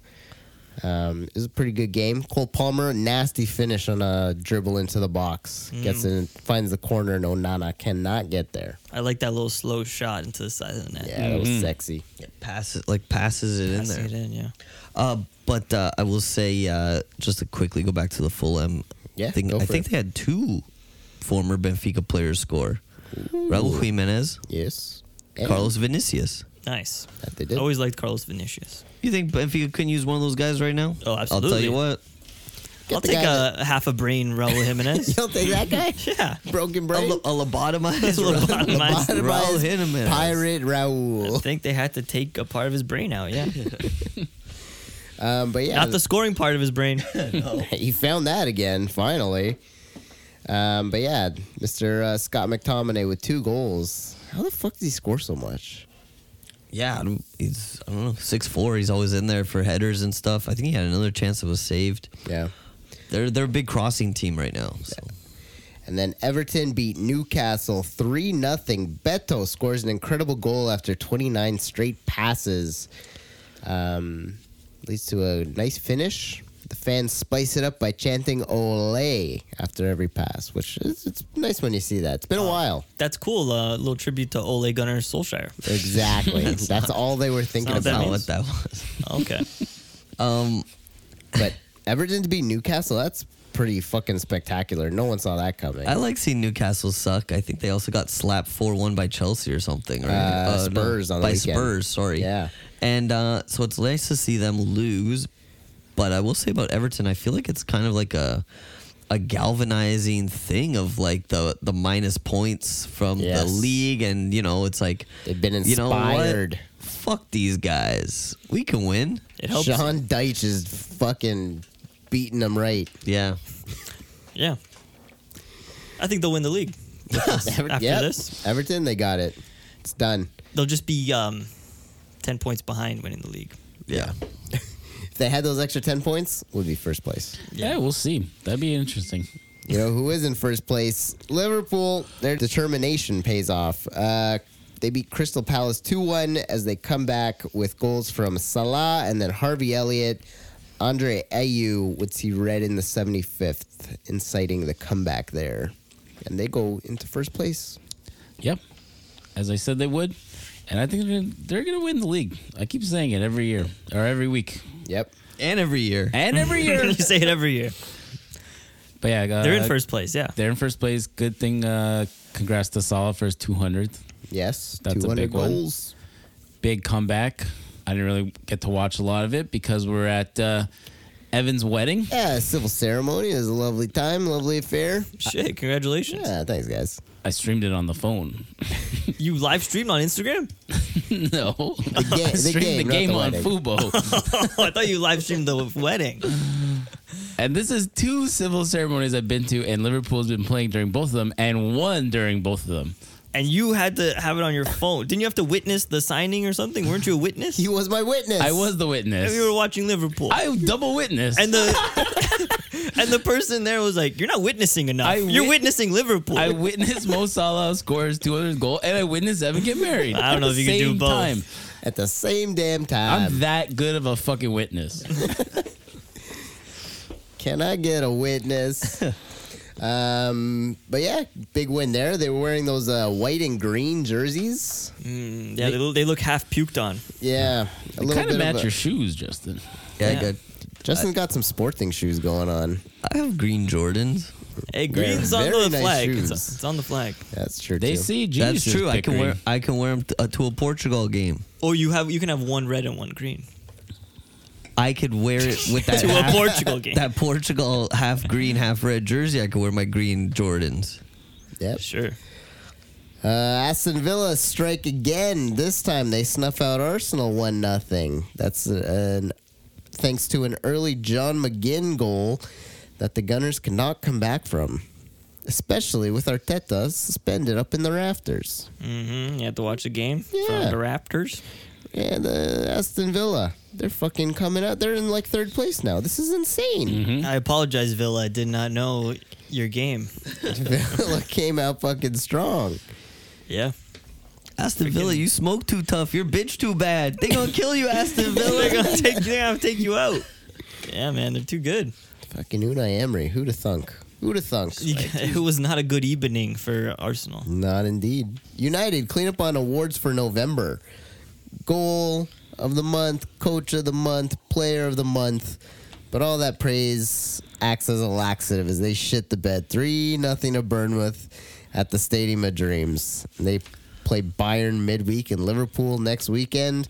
Speaker 3: Um, it was a pretty good game. Cole Palmer, nasty finish on a dribble into the box.
Speaker 2: Mm.
Speaker 3: Gets in, finds the corner, and Onana cannot get there.
Speaker 2: I like that little slow shot into the side of the net.
Speaker 3: Yeah, that was sexy.
Speaker 4: Passes like passes it
Speaker 2: Passing
Speaker 4: in
Speaker 2: it
Speaker 4: there.
Speaker 2: in, yeah.
Speaker 4: Uh, but uh, I will say uh, just to quickly go back to the Fulham
Speaker 3: Yeah,
Speaker 4: thing.
Speaker 3: go
Speaker 4: I
Speaker 3: for
Speaker 4: think
Speaker 3: it.
Speaker 4: they had two former Benfica players score. Raul Jimenez,
Speaker 3: Yes. And
Speaker 4: Carlos Vinicius.
Speaker 2: Nice.
Speaker 3: That they did.
Speaker 2: I always liked Carlos Vinicius.
Speaker 4: You think Benfica couldn't use one of those guys right now?
Speaker 2: Oh,
Speaker 4: I'll tell
Speaker 2: absolutely.
Speaker 4: you what.
Speaker 3: Get
Speaker 2: I'll
Speaker 3: the
Speaker 2: take
Speaker 3: guy
Speaker 2: a half a brain Raul Jimenez.
Speaker 3: You don't think that guy?
Speaker 2: yeah.
Speaker 3: Broken
Speaker 4: A,
Speaker 3: brain.
Speaker 4: lo- a lobotomized
Speaker 2: Lobotomized
Speaker 4: Raul Raul Jimenez.
Speaker 3: Pirate Raul.
Speaker 2: I think they had to take a part of his brain out. Yeah,
Speaker 3: Um, but yeah,
Speaker 2: not the scoring part of his brain.
Speaker 3: he found that again finally. Um, but yeah, Mr. Uh, Scott McTominay with two goals. How the fuck did he score so much?
Speaker 4: Yeah, I don't- he's I don't know six four. He's always in there for headers and stuff. I think he had another chance that was saved.
Speaker 3: Yeah.
Speaker 4: They're they're a big crossing team right now. So.
Speaker 3: And then Everton beat Newcastle 3 0. Beto scores an incredible goal after 29 straight passes. Um, leads to a nice finish. The fans spice it up by chanting Ole after every pass, which is it's nice when you see that. It's been a while.
Speaker 2: That's cool. uh, little tribute to Ole Gunnar Solskjaer.
Speaker 3: Exactly. That's, all they were thinking
Speaker 2: not that
Speaker 3: about.
Speaker 4: Not
Speaker 2: means-
Speaker 4: what that was.
Speaker 2: Okay,
Speaker 4: Um,
Speaker 3: But Everton to beat Newcastle, that's pretty fucking spectacular. No one saw that coming.
Speaker 4: I like seeing Newcastle suck. I think they also got slapped four one by Chelsea or something. Right? Oh,
Speaker 3: Uh,
Speaker 4: no,
Speaker 3: Spurs on the
Speaker 4: by
Speaker 3: weekend.
Speaker 4: Spurs. Sorry.
Speaker 3: Yeah.
Speaker 4: And uh, so it's nice to see them lose, but I will say about Everton, I feel like it's kind of like a a galvanizing thing of like the the minus points from
Speaker 3: Yes.
Speaker 4: the league, and you know it's like
Speaker 3: They've been
Speaker 4: You know what?
Speaker 3: inspired.
Speaker 4: fuck these guys. We can win.
Speaker 2: it helps.
Speaker 3: Sean Deitch is fucking beating them right.
Speaker 4: Yeah.
Speaker 2: Yeah, I think they'll win the league. After
Speaker 3: Yep.
Speaker 2: this,
Speaker 3: Everton, they got it. It's done.
Speaker 2: they'll just be um, ten points behind winning the league.
Speaker 4: Yeah.
Speaker 3: If they had those extra 10 points, would be first place.
Speaker 1: Yeah. we'll see. That'd be interesting.
Speaker 3: You know who is in first place? Liverpool. Their determination pays off. Uh, they beat Crystal Palace 2 1 as they come back with goals from Salah and then Harvey Elliott. Andre Ayew would see red in the 75th, inciting the comeback there. And they go into first place.
Speaker 1: Yep, as I said they would, and I think they're gonna, they're gonna win the league. I keep saying it every year or every week
Speaker 3: Yep.
Speaker 4: And every year.
Speaker 1: and every year.
Speaker 2: you say it every year.
Speaker 1: But yeah, uh,
Speaker 2: They're in first place. Yeah.
Speaker 1: They're in first place. Good thing. Uh, congrats to Salah for his 200th.
Speaker 3: Yes,
Speaker 1: That's a
Speaker 3: 200
Speaker 1: big one.
Speaker 3: goals.
Speaker 1: Big comeback. I didn't really get to watch a lot of it because we're at uh, Evan's wedding.
Speaker 3: Yeah, civil ceremony. It was a lovely time, lovely affair.
Speaker 2: Shit. Congratulations.
Speaker 3: Yeah, thanks, guys.
Speaker 1: I streamed it on the phone.
Speaker 2: You live streamed on Instagram?
Speaker 1: no.
Speaker 3: ga-
Speaker 1: I
Speaker 3: the
Speaker 1: streamed
Speaker 3: game,
Speaker 1: the
Speaker 3: not
Speaker 1: game
Speaker 3: the
Speaker 1: on
Speaker 3: wedding.
Speaker 1: Fubo.
Speaker 2: oh, I thought you live streamed the wedding.
Speaker 1: and this is two civil ceremonies I've been to, and Liverpool's been playing during both of them, and one during both of them.
Speaker 2: And you had to have it on your phone. Didn't you have to witness the signing or something? Weren't you a witness?
Speaker 3: He was my witness.
Speaker 1: I was the
Speaker 2: and
Speaker 1: witness.
Speaker 2: we were watching Liverpool.
Speaker 1: I double witness.
Speaker 2: and the and the person there was like, "You're not witnessing enough.
Speaker 1: I
Speaker 2: You're
Speaker 1: wit-
Speaker 2: witnessing Liverpool."
Speaker 1: I witnessed Mo Salah score his 200th goal, and I witnessed Evan get married.
Speaker 2: I don't
Speaker 1: at
Speaker 2: know
Speaker 1: the
Speaker 2: if you can do
Speaker 1: same
Speaker 2: both.
Speaker 1: time.
Speaker 3: at the same damn time.
Speaker 1: I'm that good of a fucking witness.
Speaker 3: Can I get a witness? um, but yeah, big win there. They were wearing those uh, white and green jerseys.
Speaker 2: Mm, yeah, they, look- they look half puked on.
Speaker 3: Yeah, a little
Speaker 1: Kind of
Speaker 3: bit
Speaker 1: match
Speaker 3: of a-
Speaker 1: your shoes, Justin.
Speaker 4: Yeah,
Speaker 2: Yeah.
Speaker 4: I got.
Speaker 3: Justin's got some sporting shoes going on.
Speaker 4: I have green Jordans.
Speaker 2: Hey, green's on
Speaker 3: very
Speaker 2: the
Speaker 3: nice
Speaker 2: flag. It's,
Speaker 3: shoes.
Speaker 2: it's on the flag.
Speaker 3: That's true.
Speaker 1: They
Speaker 3: too.
Speaker 1: see
Speaker 4: That's
Speaker 1: Jesus.
Speaker 4: true. I can
Speaker 1: Pickering.
Speaker 4: wear. I can wear them to, uh, to a Portugal game.
Speaker 2: Or Oh, you have you can have one red and one green
Speaker 4: I could wear it with that
Speaker 2: to a
Speaker 4: half,
Speaker 2: Portugal game.
Speaker 4: that Portugal half green, half red jersey. I could wear my green Jordans.
Speaker 3: Yep.
Speaker 2: Sure.
Speaker 3: Uh, Aston Villa strike again. This time they snuff out Arsenal one nothing. That's uh, an, thanks to an early John McGinn goal that the Gunners cannot come back from, especially with Arteta suspended up in the rafters.
Speaker 2: hmm You have to watch the game
Speaker 3: Yeah.
Speaker 2: from the Raptors.
Speaker 3: Yeah, the Aston Villa. They're fucking coming out. They're in like third place now. This is insane.
Speaker 2: I apologize, Villa. I did not know your game.
Speaker 3: Villa came out fucking strong.
Speaker 2: Yeah.
Speaker 4: Aston Villa, you smoke too tough. You're bitch too bad. They gonna kill you, Aston
Speaker 2: they're
Speaker 4: Villa.
Speaker 2: gonna take they're gonna take you out. Yeah, man, they're too good.
Speaker 3: Fucking Unai Emery. Who'da thunk? Who'da thunk?
Speaker 2: You got- it was not a good evening for Arsenal.
Speaker 3: Not indeed. United clean up on awards for November. Goal of the month, coach of the month, player of the month. But all that praise acts as a laxative as they shit the bed. 3 nothing to Burnmouth at the Stadium of Dreams. They play Bayern midweek and Liverpool next weekend.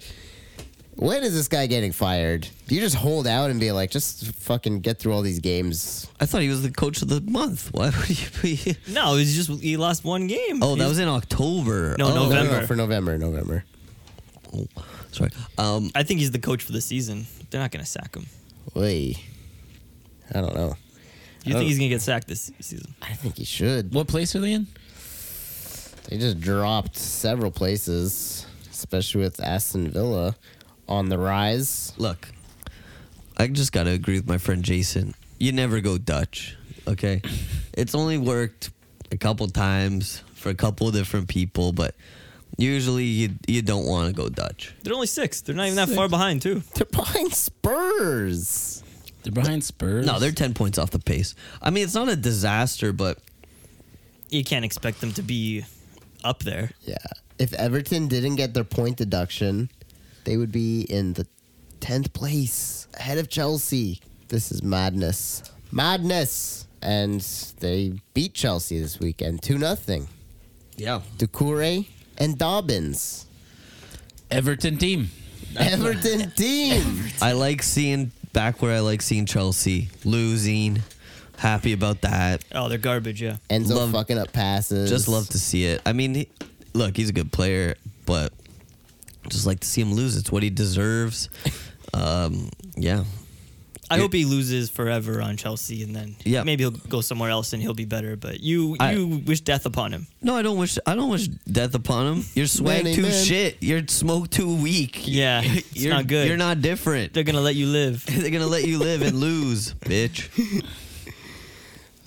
Speaker 3: When is this guy getting fired? Do you just hold out and be like, just fucking get through all these games?
Speaker 4: I thought he was the coach of the month. Why would you be?
Speaker 2: No, it was just he lost one game.
Speaker 4: Oh, that
Speaker 2: He's-
Speaker 4: was in October.
Speaker 2: No,
Speaker 4: oh,
Speaker 2: no. November.
Speaker 3: for November, November.
Speaker 4: Sorry. Um,
Speaker 2: I think he's the coach for the season. They're not gonna sack him.
Speaker 3: Wait. I don't know.
Speaker 2: You
Speaker 3: Oh.
Speaker 2: think he's gonna get sacked this season?
Speaker 3: I think he should.
Speaker 1: What place are they in?
Speaker 3: They just dropped several places, especially with Aston Villa on the rise.
Speaker 4: look, I just gotta agree with my friend Jason. You never go Dutch, okay? It's only worked a couple times for a couple different people, but usually you you don't want to go Dutch.
Speaker 2: They're only six. They're not even that far behind too.
Speaker 3: They're behind Spurs.
Speaker 1: They're behind Spurs.
Speaker 4: No, they're ten points off the pace. I mean, it's not a disaster, but
Speaker 2: You can't expect them to be up there.
Speaker 3: Yeah. If Everton didn't get their point deduction, they would be in the 10th place, ahead of Chelsea. This is madness. Madness. And they beat Chelsea this weekend 2 0.
Speaker 4: yeah,
Speaker 3: Ducouré and Dobbins.
Speaker 1: Everton team.
Speaker 3: Everton team.
Speaker 4: I like seeing back where I like seeing Chelsea losing. Happy about that.
Speaker 2: Oh, they're garbage. Yeah.
Speaker 3: Enzo
Speaker 4: Love-
Speaker 3: fucking up passes.
Speaker 4: Just love to see it. I mean, he, look, he's a good player, but just like to see him lose. It's what he deserves. Um, yeah,
Speaker 2: I hope he loses forever on Chelsea, and then
Speaker 4: Yeah.
Speaker 2: maybe he'll go somewhere else and he'll be better. But you
Speaker 4: I-
Speaker 2: you wish death upon him.
Speaker 4: No, I don't wish I don't wish death upon him. Your swag
Speaker 3: Man,
Speaker 4: too
Speaker 3: amen.
Speaker 4: shit. Your smoke too weak.
Speaker 2: Yeah, it's
Speaker 4: you're
Speaker 2: not good.
Speaker 4: You're not different.
Speaker 2: They're gonna let you live.
Speaker 4: They're gonna let you live and lose, bitch.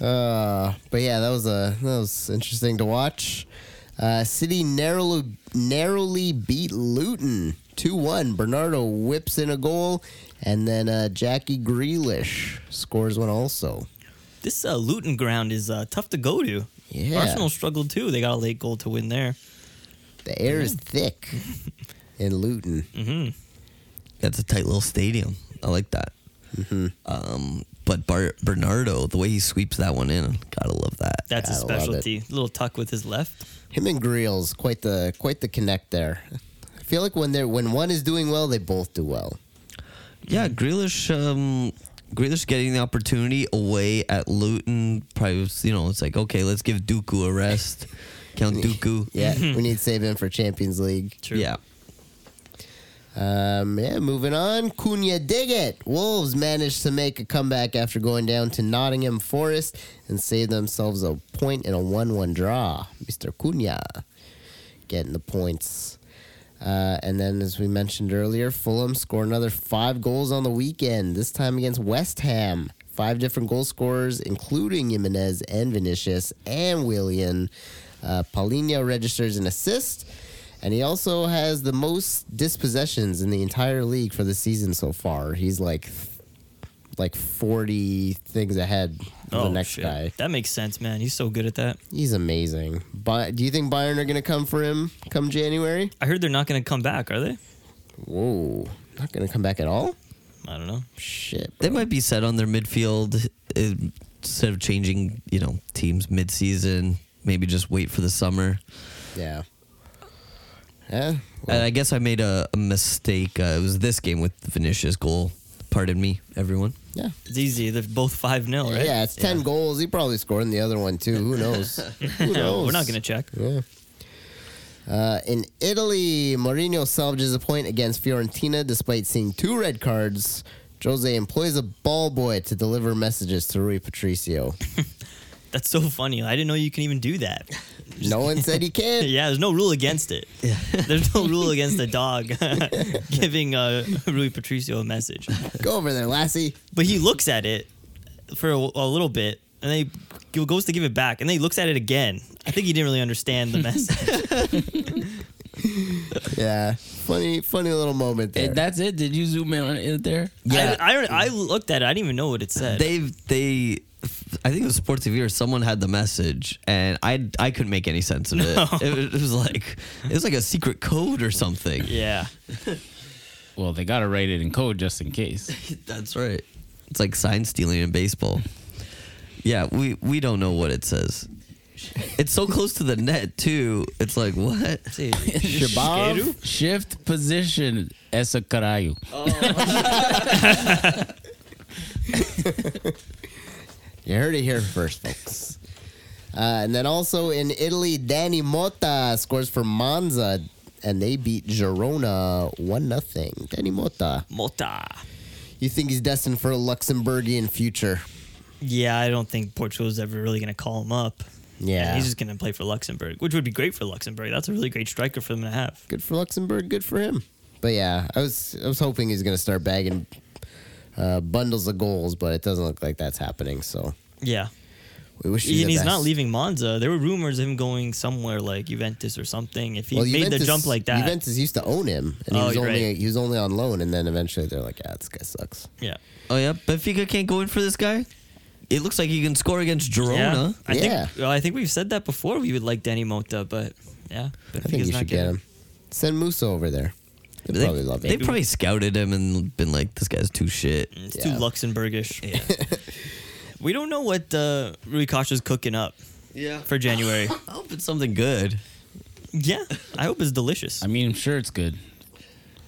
Speaker 3: Uh, but yeah, that was a that was interesting to watch. Uh, City narrowly narrowly beat Luton two one. Bernardo whips in a goal, and then uh, Jackie Grealish scores one also.
Speaker 2: This uh, Luton ground is uh, tough to go to.
Speaker 3: Yeah.
Speaker 2: Arsenal struggled too. They got a late goal to win there.
Speaker 3: The air is thick in Luton.
Speaker 2: hmm Mm-hmm.
Speaker 4: That's a tight little stadium. I like that. Um, But Bar- Bernardo, the way he sweeps that one in, gotta love that.
Speaker 2: That's his
Speaker 3: Gotta love it.
Speaker 2: specialty. Little tuck with his left.
Speaker 3: Him and Greels, quite the quite the connect there. I feel like when they're when one is doing well, they both do well.
Speaker 4: Yeah, Grealish. Um, Grealish getting the opportunity away at Luton. Probably, was, you know, it's like okay, let's give Duku a rest. Count Duku.
Speaker 3: Yeah, we need saving for Champions League.
Speaker 2: True.
Speaker 4: Yeah.
Speaker 3: Um, yeah, moving on. Cunha dig it. Wolves managed to make a comeback after going down to Nottingham Forest and save themselves a point in a 1 1 draw. Mr. Cunha getting the points. Uh, and then, as we mentioned earlier, Fulham score another five goals on the weekend, this time against West Ham. Five different goal scorers, including Jimenez and Vinicius and Willian. Uh, Paulinho registers an assist, and he also has the most dispossessions in the entire league for the season so far. He's like like 40 things ahead of the
Speaker 2: Oh,
Speaker 3: next
Speaker 2: shit.
Speaker 3: guy.
Speaker 2: That makes sense, man. He's so good at that.
Speaker 3: He's amazing. But do you think Bayern are going to come for him come January?
Speaker 2: I heard they're not going to come back, are they?
Speaker 3: Whoa, not gonna come back at all?
Speaker 2: I don't know.
Speaker 3: Shit.
Speaker 4: They
Speaker 3: bro.
Speaker 4: might be set on their midfield uh, instead of changing, you know, teams midseason. Maybe just wait for the summer.
Speaker 3: Yeah. Yeah.
Speaker 4: And I guess I made a, a mistake. Uh, it was this game with Vinicius' goal. Pardon me, everyone.
Speaker 3: Yeah.
Speaker 2: It's easy. They're both 5 0, right?
Speaker 3: Yeah, it's ten goals. He probably scored in the other one too. Who knows? Who knows?
Speaker 2: We're not going to check.
Speaker 3: Yeah. Uh, in Italy, Mourinho salvages a point against Fiorentina despite seeing two red cards. Jose employs a ball boy to deliver messages to Rui Patricio.
Speaker 2: That's so funny. I didn't know you can even do that.
Speaker 3: No one said he can.
Speaker 2: Yeah, there's no rule against it. There's no rule against a dog giving uh, Rui Patricio a message.
Speaker 3: Go over there, Lassie.
Speaker 2: But he looks at it for a, a little bit, and then he goes to give it back, and then he looks at it again. I think he didn't really understand the message.
Speaker 3: Yeah. Funny, funny little moment there.
Speaker 2: Eh,
Speaker 1: Hey, that's it. Did you zoom in on it there?
Speaker 4: Yeah.
Speaker 2: I, I don't. I looked at it. I didn't even know what it said.
Speaker 4: They've they, I think it was Sports TV or someone had the message, and I I couldn't make any sense of it. It, was, it was like it was like a secret code or something.
Speaker 2: yeah.
Speaker 1: Well, they gotta write it in code just in case.
Speaker 4: That's right. It's like sign stealing in baseball. Yeah, we we don't know what it says. It's so close to the net too. It's like what?
Speaker 2: See,
Speaker 3: Shabab.
Speaker 1: Shift position. Esa carayo.
Speaker 3: You heard it here first, folks. Uh, and then also in Italy, Danny Motta scores for Monza, and they beat Girona one 0 Danny Motta,
Speaker 2: Mota.
Speaker 3: you think he's destined for a Luxembourgian future?
Speaker 2: Yeah, I don't think Portugal's ever really going to call him up.
Speaker 3: Yeah,
Speaker 2: he's just going to play for Luxembourg, which would be great for Luxembourg. That's a really great striker for them to have.
Speaker 3: good for Luxembourg, good for him. But yeah, I was I was hoping he's gonna start bagging uh, bundles of goals, but it doesn't look like that's happening. So
Speaker 2: Yeah.
Speaker 3: we wish him
Speaker 2: And
Speaker 3: the
Speaker 2: he's not
Speaker 3: best.
Speaker 2: leaving Monza. There were rumors of him going somewhere like Juventus or something. If he
Speaker 3: Well,
Speaker 2: made the
Speaker 3: Juventus-
Speaker 2: jump like that,
Speaker 3: Juventus used to own him, and he
Speaker 2: Oh,
Speaker 3: was
Speaker 2: you're
Speaker 3: only
Speaker 2: right.
Speaker 3: he was only on loan, and then eventually they're like, yeah, this guy sucks.
Speaker 2: yeah,
Speaker 4: Oh yeah, Benfica can't go in for this guy. It looks like he can score against Girona.
Speaker 2: I
Speaker 3: Yeah.
Speaker 2: think well, I think we've said that before. We would like Danny Mota, but yeah, but
Speaker 3: I think you should get him. Send Musa over there. They
Speaker 4: They,
Speaker 3: probably love
Speaker 4: they
Speaker 3: it.
Speaker 4: probably scouted him and been like, "This guy's too shit."
Speaker 2: It's
Speaker 3: Yeah.
Speaker 2: too Luxembourgish. we don't know what uh, Rui Costa's cooking up
Speaker 4: Yeah.
Speaker 2: for January.
Speaker 4: I hope it's something good.
Speaker 2: yeah, I hope it's delicious.
Speaker 1: I mean, I'm sure it's good.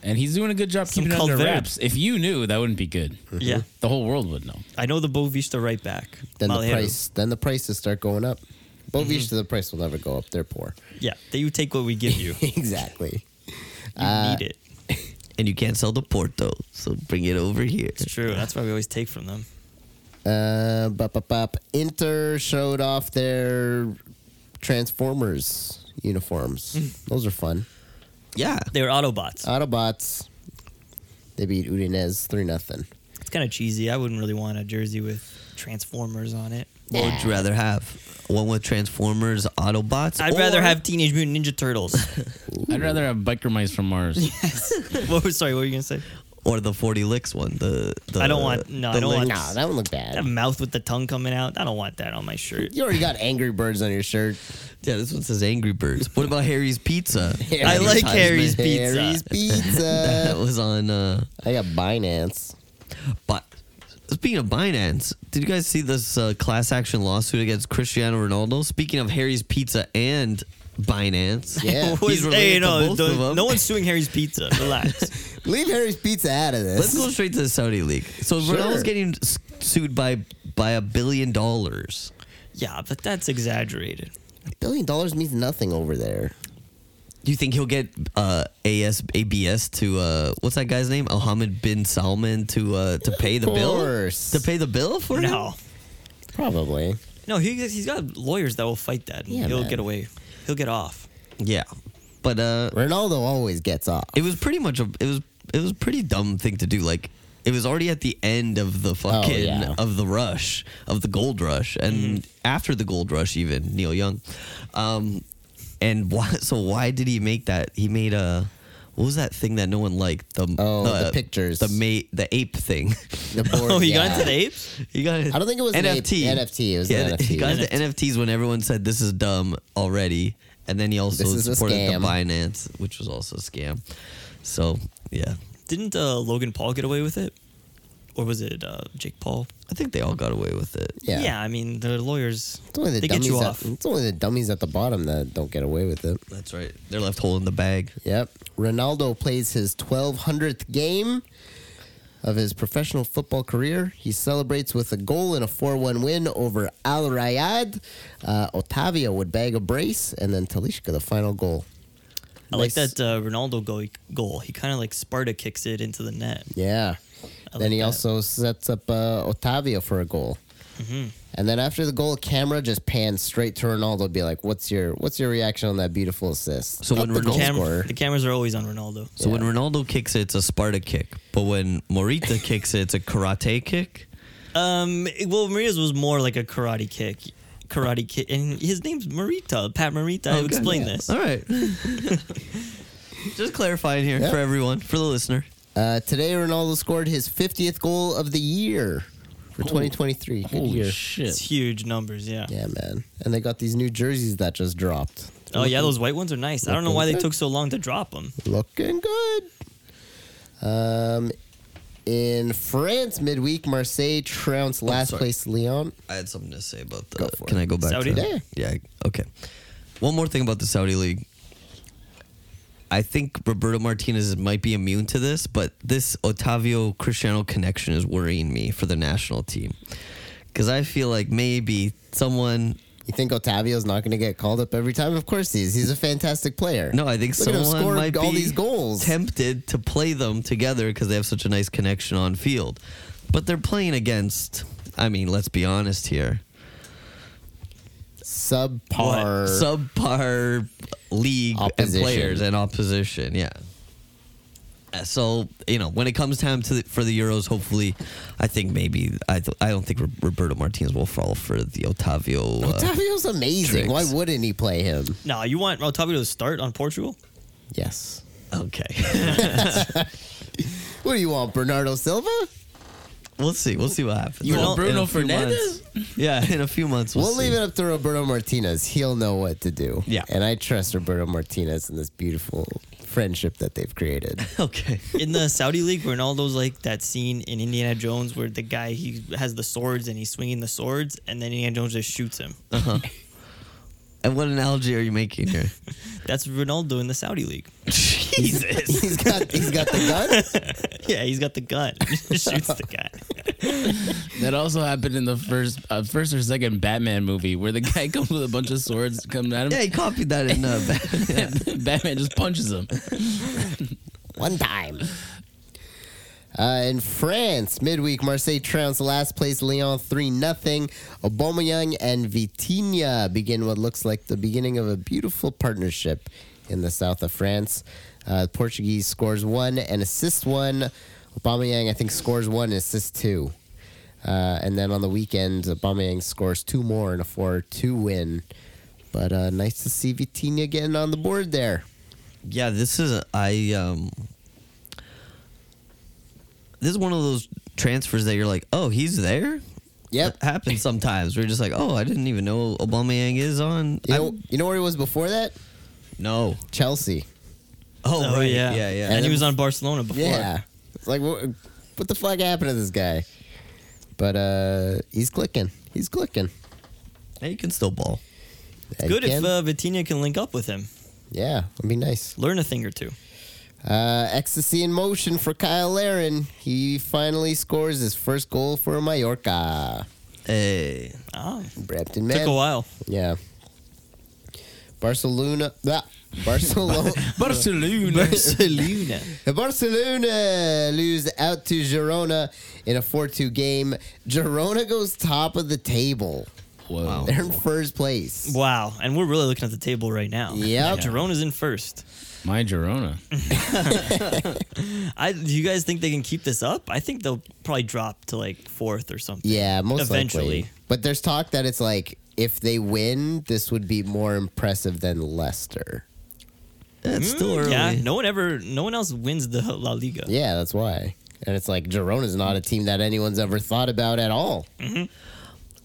Speaker 1: And he's doing a good job
Speaker 2: Some
Speaker 1: keeping it under
Speaker 2: Calvert.
Speaker 1: wraps. If you knew, that wouldn't be good.
Speaker 4: Uh-huh.
Speaker 2: yeah,
Speaker 1: The whole world would know.
Speaker 2: I know the Bovista right back.
Speaker 3: Then the
Speaker 2: Malheiro.
Speaker 3: price, then the prices start going up. Both each to the price will never go up. They're poor.
Speaker 2: Yeah, that you take what we give you. you
Speaker 3: exactly.
Speaker 2: need
Speaker 3: Uh,
Speaker 2: it.
Speaker 4: And you can't sell to Porto, so bring it over here.
Speaker 2: It's true. That's why we always take from them.
Speaker 3: Uh, bop, bop, bop. Inter showed off their Transformers uniforms. Those are fun.
Speaker 4: Yeah.
Speaker 2: They were Autobots.
Speaker 3: Autobots. They beat Udinese three nothing.
Speaker 2: It's kind of cheesy. I wouldn't really want a jersey with Transformers on it.
Speaker 4: What would you rather have? One with Transformers, Autobots?
Speaker 2: I'd rather
Speaker 4: or-
Speaker 2: have Teenage Mutant Ninja Turtles.
Speaker 1: I'd rather have biker mice from Mars.
Speaker 2: what was, sorry, what were you gonna say?
Speaker 4: or the 40 licks one. The, the
Speaker 2: I don't want- no, I
Speaker 4: the
Speaker 2: don't want-
Speaker 4: lick-
Speaker 3: Nah, that one looked
Speaker 2: That
Speaker 3: bad.
Speaker 2: mouth with the tongue coming out. I don't want that on my shirt.
Speaker 3: You already got Angry Birds on your shirt.
Speaker 4: Yeah, this one says Angry Birds. What about Harry's Pizza?
Speaker 2: I like
Speaker 4: Advertisement.
Speaker 2: Harry's Pizza.
Speaker 3: Harry's
Speaker 4: That
Speaker 3: Pizza.
Speaker 4: was on uh
Speaker 3: I got Binance.
Speaker 4: but Speaking of Binance, did you guys see this uh, class action lawsuit against Cristiano Ronaldo? Speaking of Harry's Pizza and Binance,
Speaker 3: Yeah.
Speaker 2: Was-
Speaker 4: he's related
Speaker 2: hey,
Speaker 4: to
Speaker 2: no,
Speaker 4: both
Speaker 2: don't-
Speaker 4: of them.
Speaker 2: no one's suing Harry's Pizza. Relax.
Speaker 3: Leave Harry's Pizza out of
Speaker 4: Let's
Speaker 3: this.
Speaker 4: go straight to the Saudi league. So
Speaker 3: Sure.
Speaker 4: Ronaldo's getting s- sued by by a billion dollars.
Speaker 2: yeah, but that's exaggerated.
Speaker 3: Billion dollars means nothing over there.
Speaker 4: Do you think he'll get uh, AS ABS to uh, what's that guy's name? Mohammed bin Salman to uh, to pay the bill
Speaker 3: course.
Speaker 4: to pay the bill for him?
Speaker 2: No,
Speaker 3: Probably.
Speaker 2: no, he, he's got lawyers that will fight that. And
Speaker 3: Yeah,
Speaker 2: he'll
Speaker 3: man.
Speaker 2: get away. He'll get off.
Speaker 4: Yeah, but uh,
Speaker 3: Ronaldo always gets off.
Speaker 4: it was pretty much a it was it was a pretty dumb thing to do. Like it was already at the end of the fucking
Speaker 3: Oh, yeah. Mm-hmm.
Speaker 4: of the rush of the gold rush, and after the gold rush, even Neil Young. Um, and why? So why did he make that? He made a what was that thing that no one liked? The
Speaker 3: Oh, the pictures.
Speaker 4: the ma- the ape thing.
Speaker 3: The board,
Speaker 2: Oh, he
Speaker 3: yeah.
Speaker 2: got into the apes.
Speaker 4: You got it.
Speaker 3: I don't think it was an
Speaker 4: NFT.
Speaker 3: ape. NFT, it was an NFT.
Speaker 4: He got into NFTs when everyone said this is dumb already, and then he also
Speaker 3: This is a
Speaker 4: supported the
Speaker 3: scam.
Speaker 4: Binance, which was also a scam. So yeah,
Speaker 2: Didn't uh, Logan Paul get away with it? Or was it uh, Jake Paul?
Speaker 4: I think they all got away with it.
Speaker 3: Yeah.
Speaker 2: I mean, the lawyers,
Speaker 3: It's only the
Speaker 2: they get
Speaker 3: dummies
Speaker 2: you
Speaker 3: at,
Speaker 2: off.
Speaker 3: It's only the dummies at the bottom that don't get away with it.
Speaker 4: That's right. They're left holding the bag.
Speaker 3: Yep. Ronaldo plays his 1200th game of his professional football career. He celebrates with a goal in a 4 1 win over Al Rayad. Uh, Otavio would bag a brace, and then Talishka the final goal.
Speaker 2: I like
Speaker 3: Nice.
Speaker 2: that uh, Ronaldo goal. goal. He kind of like Sparta kicks it into the net.
Speaker 3: Yeah. then
Speaker 2: like
Speaker 3: he
Speaker 2: that.
Speaker 3: also sets up uh, Otavio for a goal. And then after the goal, camera just pans straight to Ronaldo. Be like, "What's your what's your reaction on that beautiful assist?"
Speaker 4: So
Speaker 3: Not
Speaker 4: when
Speaker 3: the goal
Speaker 4: Ronaldo-
Speaker 2: Cam-
Speaker 3: scorer.
Speaker 2: the cameras are always on Ronaldo.
Speaker 4: So when Ronaldo kicks it, it's a Sparta kick, but when Morita kicks it, it's a karate kick.
Speaker 2: Um, it- well, Maria's was more like a karate kick, karate kick, and his name's Marita, Pat Marita. I explained
Speaker 3: Oh, yeah.
Speaker 2: this.
Speaker 4: All right. Just clarifying here
Speaker 3: Yeah.
Speaker 4: for everyone, for the listener.
Speaker 3: Uh, today, Ronaldo scored his 50th goal of the year for 2023. Good
Speaker 1: Holy
Speaker 3: year.
Speaker 2: It's
Speaker 1: shit.
Speaker 2: huge numbers, yeah.
Speaker 3: yeah, man. And they got these new jerseys that just dropped.
Speaker 2: Oh yeah, those white ones are nice. I don't know why they took so long to drop them.
Speaker 3: Looking good. Um, in France, midweek, Marseille trounced last
Speaker 4: sorry.
Speaker 3: place Lyon.
Speaker 4: I had something to say about the.
Speaker 3: Go for
Speaker 4: can
Speaker 3: it.
Speaker 4: I go back
Speaker 2: Saudi?
Speaker 4: to that? Yeah. Okay. One more thing about the Saudi league. I think Roberto Martinez might be immune to this, but this Otavio Cristiano connection is worrying me for the national team because I feel like maybe someone.
Speaker 3: You think Otavio's not going to get called up every time? Of course he is. He's a fantastic player.
Speaker 4: No, I think
Speaker 3: Look at him
Speaker 4: someone
Speaker 3: scored
Speaker 4: might
Speaker 3: all
Speaker 4: be
Speaker 3: these goals.
Speaker 4: tempted to play them together because they have such a nice connection on field, but they're playing against. I mean, let's be honest here.
Speaker 3: Subpar.
Speaker 4: subpar league
Speaker 3: Opposition.
Speaker 4: and players and opposition. Yeah. Uh, So you know, when it comes time to the, for the Euros, hopefully, I think maybe I th- I don't think Ro- Roberto Martinez will fall for the Otavio. Uh,
Speaker 3: Otavio's amazing.
Speaker 4: tricks.
Speaker 3: Why wouldn't he play him?
Speaker 2: Now you want Otavio to start on Portugal?
Speaker 3: Yes.
Speaker 4: okay,
Speaker 3: What do you want, Bernardo Silva?
Speaker 4: we'll see. We'll see what happens.
Speaker 1: You
Speaker 4: In a-
Speaker 1: want Bruno
Speaker 4: in a few
Speaker 1: Fernandes?
Speaker 4: months. Yeah, in a few months we'll,
Speaker 3: We'll leave
Speaker 4: see.
Speaker 3: it up to Roberto Martinez. He'll know what to do.
Speaker 4: Yeah.
Speaker 3: And I trust Roberto Martinez and this beautiful friendship that they've created.
Speaker 4: Okay.
Speaker 2: In the Saudi league, Ronaldo's like that scene in Indiana Jones where the guy he has the swords and he's swinging the swords, and then Indiana Jones just shoots him.
Speaker 4: And what analogy are you making here?
Speaker 2: That's Ronaldo in the Saudi league.
Speaker 4: Jesus.
Speaker 3: he's got he's got the gun.
Speaker 2: Yeah, he's got the gun. Shoots the guy.
Speaker 1: That also happened in the first, uh, first or second Batman movie where the guy comes with a bunch of swords coming at him.
Speaker 4: Yeah, he copied that in. Uh,
Speaker 1: Batman just punches him.
Speaker 3: One time. Uh, in France, midweek, Marseille trounced last place Lyon 3 0. Aubameyang and Vitinha begin what looks like the beginning of a beautiful partnership in the south of France. Uh, Portuguese scores one and assists one. Aubameyang, I think, scores one and assists two. Uh, and then on the weekend, Aubameyang scores two more in a 4 2 win. But uh, nice to see Vitinha getting on the board there.
Speaker 4: Yeah, this is a- I um this is one of those transfers that you're like, oh, he's there.
Speaker 3: Yep.
Speaker 4: That happens sometimes. We're just like, oh, I didn't even know Aubameyang is on.
Speaker 3: You
Speaker 4: I-
Speaker 3: know, you know where he was before that?
Speaker 4: no.
Speaker 3: Chelsea.
Speaker 4: Oh,
Speaker 2: Oh,
Speaker 4: right.
Speaker 2: yeah.
Speaker 4: yeah, yeah.
Speaker 2: And he was on Barcelona before.
Speaker 3: It's like, what, what the fuck happened to this guy? But uh, he's clicking. He's clicking.
Speaker 4: Hey, you can still ball.
Speaker 3: I
Speaker 2: Good if
Speaker 3: can-
Speaker 2: uh, Vitinha can link up with him,
Speaker 3: yeah, it'd be nice.
Speaker 2: learn a thing or two.
Speaker 3: Uh, ecstasy in motion for Kyle Aaron. He finally scores his first goal for Mallorca.
Speaker 4: Hey,
Speaker 2: Ah,
Speaker 3: Brampton
Speaker 2: took a
Speaker 3: man.
Speaker 2: while.
Speaker 3: Yeah. Barcelona. Ah, Barcelona.
Speaker 1: Barcelona.
Speaker 2: Barcelona.
Speaker 3: Barcelona lose out to Girona in a 4 2 game. Girona goes top of the table.
Speaker 1: Whoa.
Speaker 4: Wow.
Speaker 3: They're in first place.
Speaker 2: Wow, and we're really looking at the table right now.
Speaker 3: Yep.
Speaker 2: Girona's in first.
Speaker 1: My Girona.
Speaker 2: I do you guys think they can keep this up? I think they'll probably drop to like fourth or something.
Speaker 3: Yeah, most
Speaker 2: Eventually.
Speaker 3: likely. But there's talk that it's like if they win, this would be more impressive than Leicester.
Speaker 4: that's still
Speaker 2: Mm,
Speaker 4: early.
Speaker 2: Yeah, no one ever, no one else wins the La Liga.
Speaker 3: Yeah, that's why. And it's like Girona's not a team that anyone's ever thought about at all.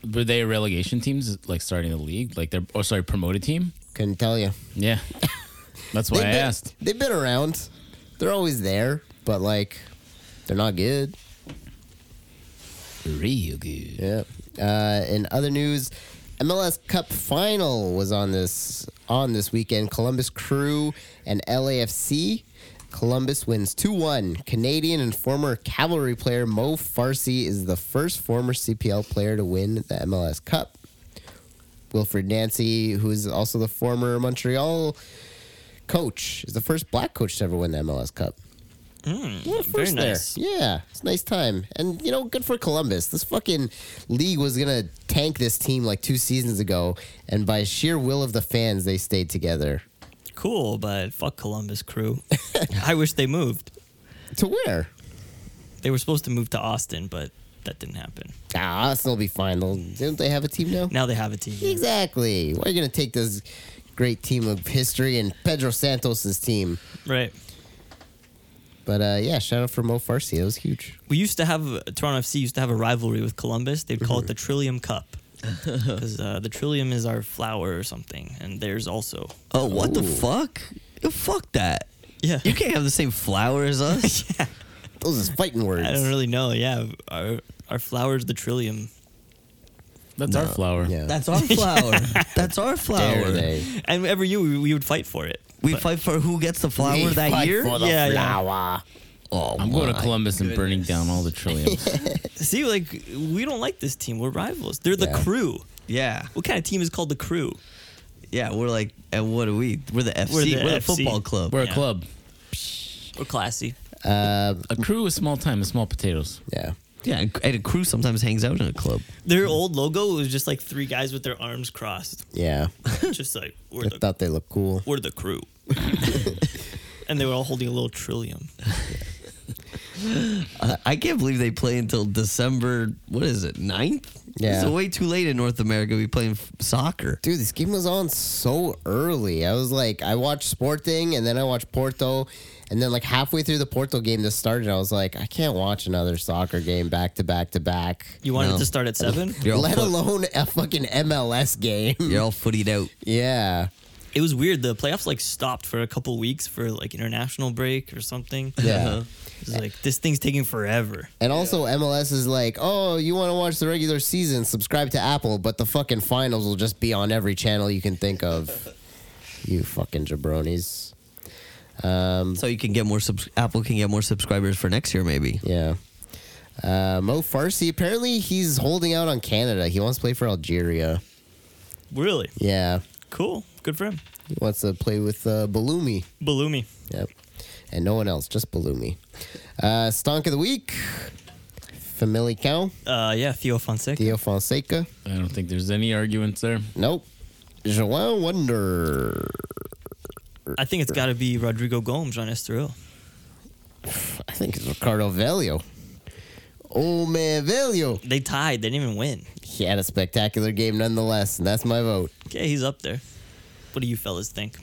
Speaker 1: Were they relegation teams like starting the league? Like they're oh sorry, promoted team?
Speaker 3: Couldn't tell you.
Speaker 1: Yeah. That's why I
Speaker 3: been,
Speaker 1: asked.
Speaker 3: They've been around. They're always there, but like they're not good.
Speaker 1: Real good.
Speaker 3: Yeah. Uh, in other news, MLS Cup final was on this on this weekend. Columbus Crew and LAFC. Columbus wins 2 1. Canadian and former cavalry player Mo Farsi is the first former CPL player to win the MLS Cup. Wilfred Nancy, who is also the former Montreal coach, is the first black coach to ever win the MLS Cup. What a
Speaker 2: Hmm. very
Speaker 3: first there.
Speaker 2: nice.
Speaker 3: Yeah, it's a nice time. And, you know, good for Columbus. This fucking league was going to tank this team like two seasons ago. And by sheer will of the fans, they stayed together.
Speaker 2: Cool, but fuck Columbus Crew. I wish they moved.
Speaker 3: To where?
Speaker 2: They were supposed to move to Austin, but that didn't happen.
Speaker 3: Ah, Austin will be fine. They'll, don't they have a team now?
Speaker 2: Now they have a team.
Speaker 3: Exactly. Why are you going to take this great team of history and Pedro Santos's team?
Speaker 2: Right.
Speaker 3: But uh, yeah, shout out for Mo Farsi. That was huge.
Speaker 2: We used to have Toronto FC used to have a rivalry with Columbus. They'd call it the Trillium Cup because uh, the Trillium is our flower or something, and theirs also.
Speaker 4: Oh, what the
Speaker 3: Ooh.
Speaker 4: fuck? Yo, fuck that.
Speaker 2: Yeah.
Speaker 4: You can't have the same flower as us.
Speaker 3: Those is fighting words.
Speaker 2: I don't really know. Yeah, our our flowers the Trillium,
Speaker 1: That's our flower.
Speaker 3: Yeah.
Speaker 4: That's our flower. That's our
Speaker 3: Dare
Speaker 4: flower.
Speaker 3: they?
Speaker 2: and every year we, we would fight for it.
Speaker 4: We fight for who gets the flower
Speaker 3: We
Speaker 4: that
Speaker 3: fight
Speaker 4: year.
Speaker 3: for the
Speaker 2: Yeah, yeah.
Speaker 3: flower.
Speaker 4: Oh,
Speaker 1: I'm going to
Speaker 4: my
Speaker 1: Columbus and burning
Speaker 4: goodness.
Speaker 1: down all the trilliums.
Speaker 2: See, like we don't like this team. We're rivals. They're the
Speaker 3: Yeah.
Speaker 2: crew.
Speaker 4: Yeah,
Speaker 2: What kind of team is called the crew?
Speaker 4: yeah. We're like, and what are we? We're the FC.
Speaker 2: We're
Speaker 4: We're
Speaker 2: the
Speaker 4: the,
Speaker 2: FC.
Speaker 4: football club.
Speaker 1: We're a
Speaker 2: Yeah.
Speaker 1: club.
Speaker 2: We're classy.
Speaker 3: Uh,
Speaker 1: A crew is small time and small potatoes.
Speaker 3: yeah.
Speaker 4: yeah, and, and a crew sometimes hangs out in a club.
Speaker 2: Their old logo was just like three guys with their arms crossed,
Speaker 3: Yeah.
Speaker 2: just like we're
Speaker 3: I
Speaker 2: the
Speaker 3: thought they looked cool.
Speaker 2: we're the crew, and they were all holding a little Trillium.
Speaker 4: I- I can't believe they play until December. What is it? 9th?
Speaker 3: Yeah.
Speaker 4: It's way too late in North America. to be playing f- soccer.
Speaker 3: Dude, this game was on so early. I was like, I watched Sporting and then I watched Porto. And then, like, halfway through the Porto game that started, I was like, I can't watch another soccer game back to back to back.
Speaker 2: You wanted
Speaker 4: No.
Speaker 2: to start at seven.
Speaker 4: You're all,
Speaker 3: Let
Speaker 4: foot-
Speaker 3: alone a fucking MLS game.
Speaker 4: you're all footied out.
Speaker 3: Yeah.
Speaker 2: it was weird. The playoffs like stopped for a couple weeks for like international break or something.
Speaker 3: Yeah.
Speaker 2: It was like this thing's taking forever.
Speaker 3: And also, MLS is like, oh, you want to watch the regular season? Subscribe to Apple, but the fucking finals will just be on every channel you can think of. you fucking jabronis. Um,
Speaker 4: So you can get more subs- Apple can get more subscribers for next year maybe.
Speaker 3: Yeah. Uh, Mo Farsi, apparently he's holding out on Canada. He wants to play for Algeria.
Speaker 2: Really
Speaker 3: Yeah.
Speaker 2: cool. Good for him.
Speaker 3: He wants to play with uh, Balumi.
Speaker 2: Balumi.
Speaker 3: Yep. And no one else, just Balumi. Uh, Stonk of the Week, Famalicão,
Speaker 2: Uh, yeah, Theo Fonseca.
Speaker 3: Theo Fonseca.
Speaker 1: I don't think there's any arguments there.
Speaker 3: Nope. João Wonder.
Speaker 2: I think it's got to be Rodrigo Gomes on Estoril.
Speaker 3: I think it's Ricardo Velho. Oh, man, Velho.
Speaker 2: They tied. They didn't even win.
Speaker 3: He had a spectacular game nonetheless, and that's my vote.
Speaker 2: Okay, he's up there. What do you fellas think?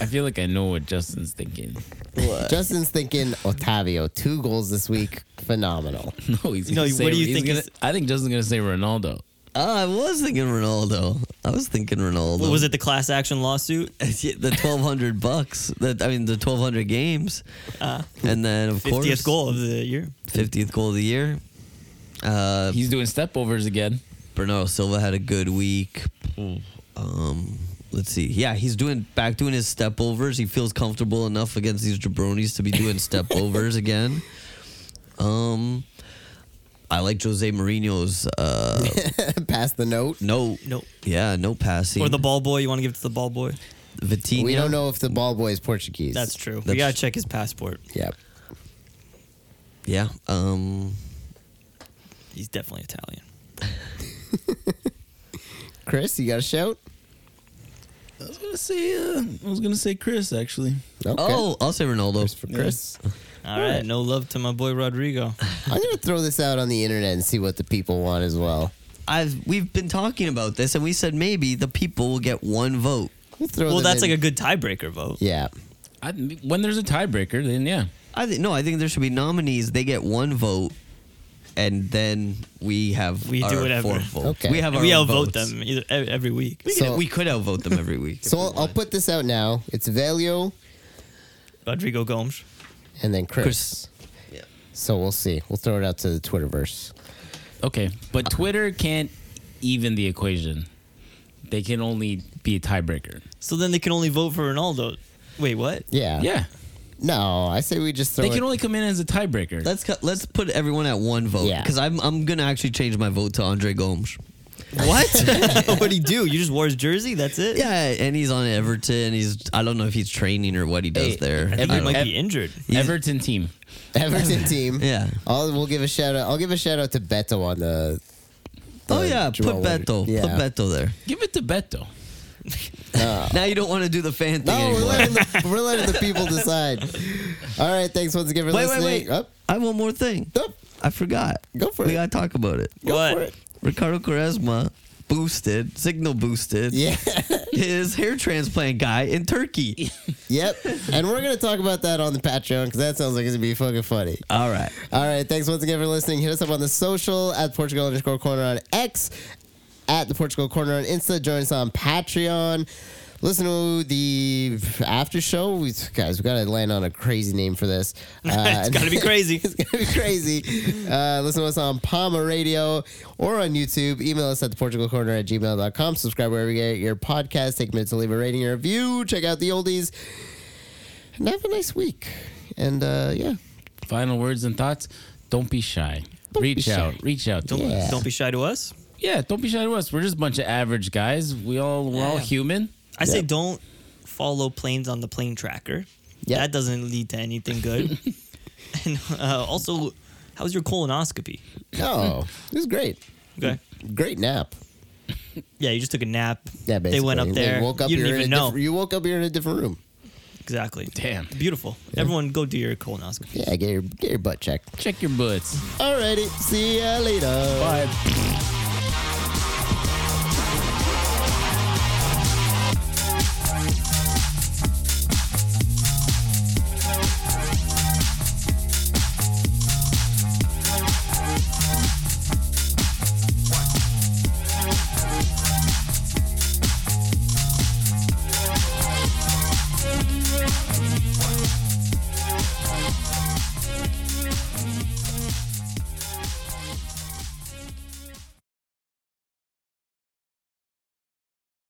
Speaker 1: I feel like I know what Justin's thinking.
Speaker 3: Justin's thinking Otavio. Two goals this week. Phenomenal.
Speaker 1: No, he's
Speaker 2: No,
Speaker 1: gonna
Speaker 2: what
Speaker 1: say-
Speaker 2: do you
Speaker 1: he's
Speaker 2: think
Speaker 1: gonna-
Speaker 2: is-
Speaker 1: I think Justin's gonna say Ronaldo.
Speaker 4: Ah, I was thinking Ronaldo. I was thinking Ronaldo.
Speaker 2: What was it? The class action lawsuit? Uh,
Speaker 4: the twelve hundred bucks. That I mean, the twelve hundred games,
Speaker 2: Uh,
Speaker 4: and then of course
Speaker 2: Fiftieth goal of the year.
Speaker 4: fiftieth goal of the year. Uh,
Speaker 1: He's doing stepovers again.
Speaker 4: Bernardo Silva had a good week. Um, let's see. Yeah, he's doing back doing his step overs. He feels comfortable enough against these jabronis to be doing step overs again. Um, I like Jose Mourinho's uh,
Speaker 3: Pass the note.
Speaker 4: no,
Speaker 2: Nope.
Speaker 4: yeah, no passing.
Speaker 2: Or the ball boy. You want to give it to the ball boy?
Speaker 4: Vitinha.
Speaker 3: We don't know if the ball boy is Portuguese.
Speaker 2: That's true. we
Speaker 4: That's-
Speaker 2: gotta check his passport.
Speaker 3: Yep.
Speaker 4: Yeah. Um,
Speaker 2: He's definitely Italian.
Speaker 3: Chris, you got a shout?
Speaker 1: I was gonna say, uh, I was gonna say Chris actually.
Speaker 3: Okay.
Speaker 4: Oh, I'll say Ronaldo.
Speaker 3: Chris for Chris.
Speaker 2: All right. No love to my boy Rodrigo.
Speaker 3: I'm gonna throw this out on the internet and see what the people want as well.
Speaker 4: I've we've been talking about this, and we said maybe the people will get one vote.
Speaker 3: We'll, throw
Speaker 2: Well,
Speaker 3: them
Speaker 2: that's
Speaker 3: in.
Speaker 2: like a good tiebreaker vote.
Speaker 3: yeah.
Speaker 1: I, when there's a tiebreaker, then yeah.
Speaker 4: I think no, I think there should be nominees. They get one vote, and then we have
Speaker 2: We do
Speaker 4: our
Speaker 2: whatever.
Speaker 4: four votes.
Speaker 3: Okay.
Speaker 4: We have
Speaker 2: And
Speaker 4: our
Speaker 2: we
Speaker 4: own
Speaker 2: outvote
Speaker 4: votes.
Speaker 2: them either, ev- every week.
Speaker 4: We,
Speaker 3: So-
Speaker 4: could, we could outvote them every week.
Speaker 3: So I'll, I'll put this out now. It's Valio
Speaker 2: Rodrigo Gomes.
Speaker 3: and then Chris.
Speaker 4: Chris. Yeah.
Speaker 3: So we'll see. We'll throw it out to the Twitterverse.
Speaker 1: Okay, but Twitter can't even the equation. They can only be a tiebreaker.
Speaker 2: So then they can only vote for Ronaldo. Wait, what?
Speaker 3: Yeah.
Speaker 1: Yeah,
Speaker 3: No, I say we just throw
Speaker 1: they
Speaker 3: it.
Speaker 1: can only come in as a tiebreaker.
Speaker 4: Let's cut, let's put everyone at one vote
Speaker 3: Yeah.
Speaker 4: because I'm I'm gonna actually change my vote to Andre Gomes.
Speaker 2: What? Oh, What'd he do? You just wore his jersey? That's it?
Speaker 4: Yeah, and he's on Everton. He's I don't know if he's training or what he does
Speaker 1: Hey,
Speaker 4: there.
Speaker 1: I think
Speaker 4: I
Speaker 2: He
Speaker 4: don't
Speaker 2: might
Speaker 4: know.
Speaker 2: be injured.
Speaker 1: Everton team.
Speaker 3: Everton team.
Speaker 4: Yeah.
Speaker 3: I'll we'll give a shout out. I'll give a shout out to Beto on the. the
Speaker 4: Oh yeah, put
Speaker 3: draw one.
Speaker 4: Beto,
Speaker 3: Yeah.
Speaker 4: put Beto there.
Speaker 1: Give it to Beto.
Speaker 4: Now you don't want to do the fan thing
Speaker 3: Oh. No, we're
Speaker 4: anymore.
Speaker 3: letting, the, we're letting the people decide. All right, thanks once again for
Speaker 4: Wait, wait,
Speaker 3: listening.
Speaker 4: wait!
Speaker 3: Up,
Speaker 4: I have one more thing.
Speaker 3: up,
Speaker 4: I forgot.
Speaker 3: Go for
Speaker 4: we
Speaker 3: it.
Speaker 4: gotta talk about it.
Speaker 3: go
Speaker 2: What?
Speaker 3: for it.
Speaker 4: Ricardo Quaresma boosted, signal boosted
Speaker 3: Yeah.
Speaker 4: his hair transplant guy in Turkey.
Speaker 3: yep. And we're gonna talk about that on the Patreon because that sounds like it's gonna be fucking funny.
Speaker 4: All right.
Speaker 3: All right. Thanks once again for listening. Hit us up on the social at Portugal underscore corner on X, at the Portugal corner on Insta. Join us on Patreon. Listen to the after show. We, guys, we got to land on a crazy name for this. Uh,
Speaker 2: it's got to be crazy.
Speaker 3: it's going to be crazy. Uh, listen to us on Palma Radio or on YouTube. Email us at the Portugal Corner at gmail.com. Subscribe wherever you get your podcast. Take a minute to leave a rating or review. Check out the oldies. And have a nice week. And uh, yeah.
Speaker 1: Final words and thoughts. Don't be shy.
Speaker 3: Don't be
Speaker 1: reach
Speaker 3: shy.
Speaker 1: out. Reach out. Don't,
Speaker 3: Yeah.
Speaker 2: Don't be shy to us.
Speaker 1: yeah, don't be shy to us. We're just a bunch of average guys. We all we're all
Speaker 2: Yeah.
Speaker 1: human.
Speaker 2: I say don't follow planes on the plane tracker.
Speaker 3: Yeah.
Speaker 2: That doesn't lead to anything good. and uh, also, how's your colonoscopy?
Speaker 3: Oh,
Speaker 2: Hmm.
Speaker 3: it was great.
Speaker 2: Okay.
Speaker 3: Great nap.
Speaker 2: Yeah, you just took a nap.
Speaker 3: Yeah, basically.
Speaker 2: They went up
Speaker 3: You
Speaker 2: there.
Speaker 3: woke up,
Speaker 2: you
Speaker 3: are
Speaker 2: didn't
Speaker 3: in
Speaker 2: even
Speaker 3: a
Speaker 2: know.
Speaker 3: different- You woke up. You're in a different room.
Speaker 2: Exactly.
Speaker 1: Damn.
Speaker 2: Beautiful. Everyone, go do your colonoscopy.
Speaker 3: Yeah, get your get your butt checked.
Speaker 1: Check your butts.
Speaker 3: Alrighty, see ya later.
Speaker 1: Bye.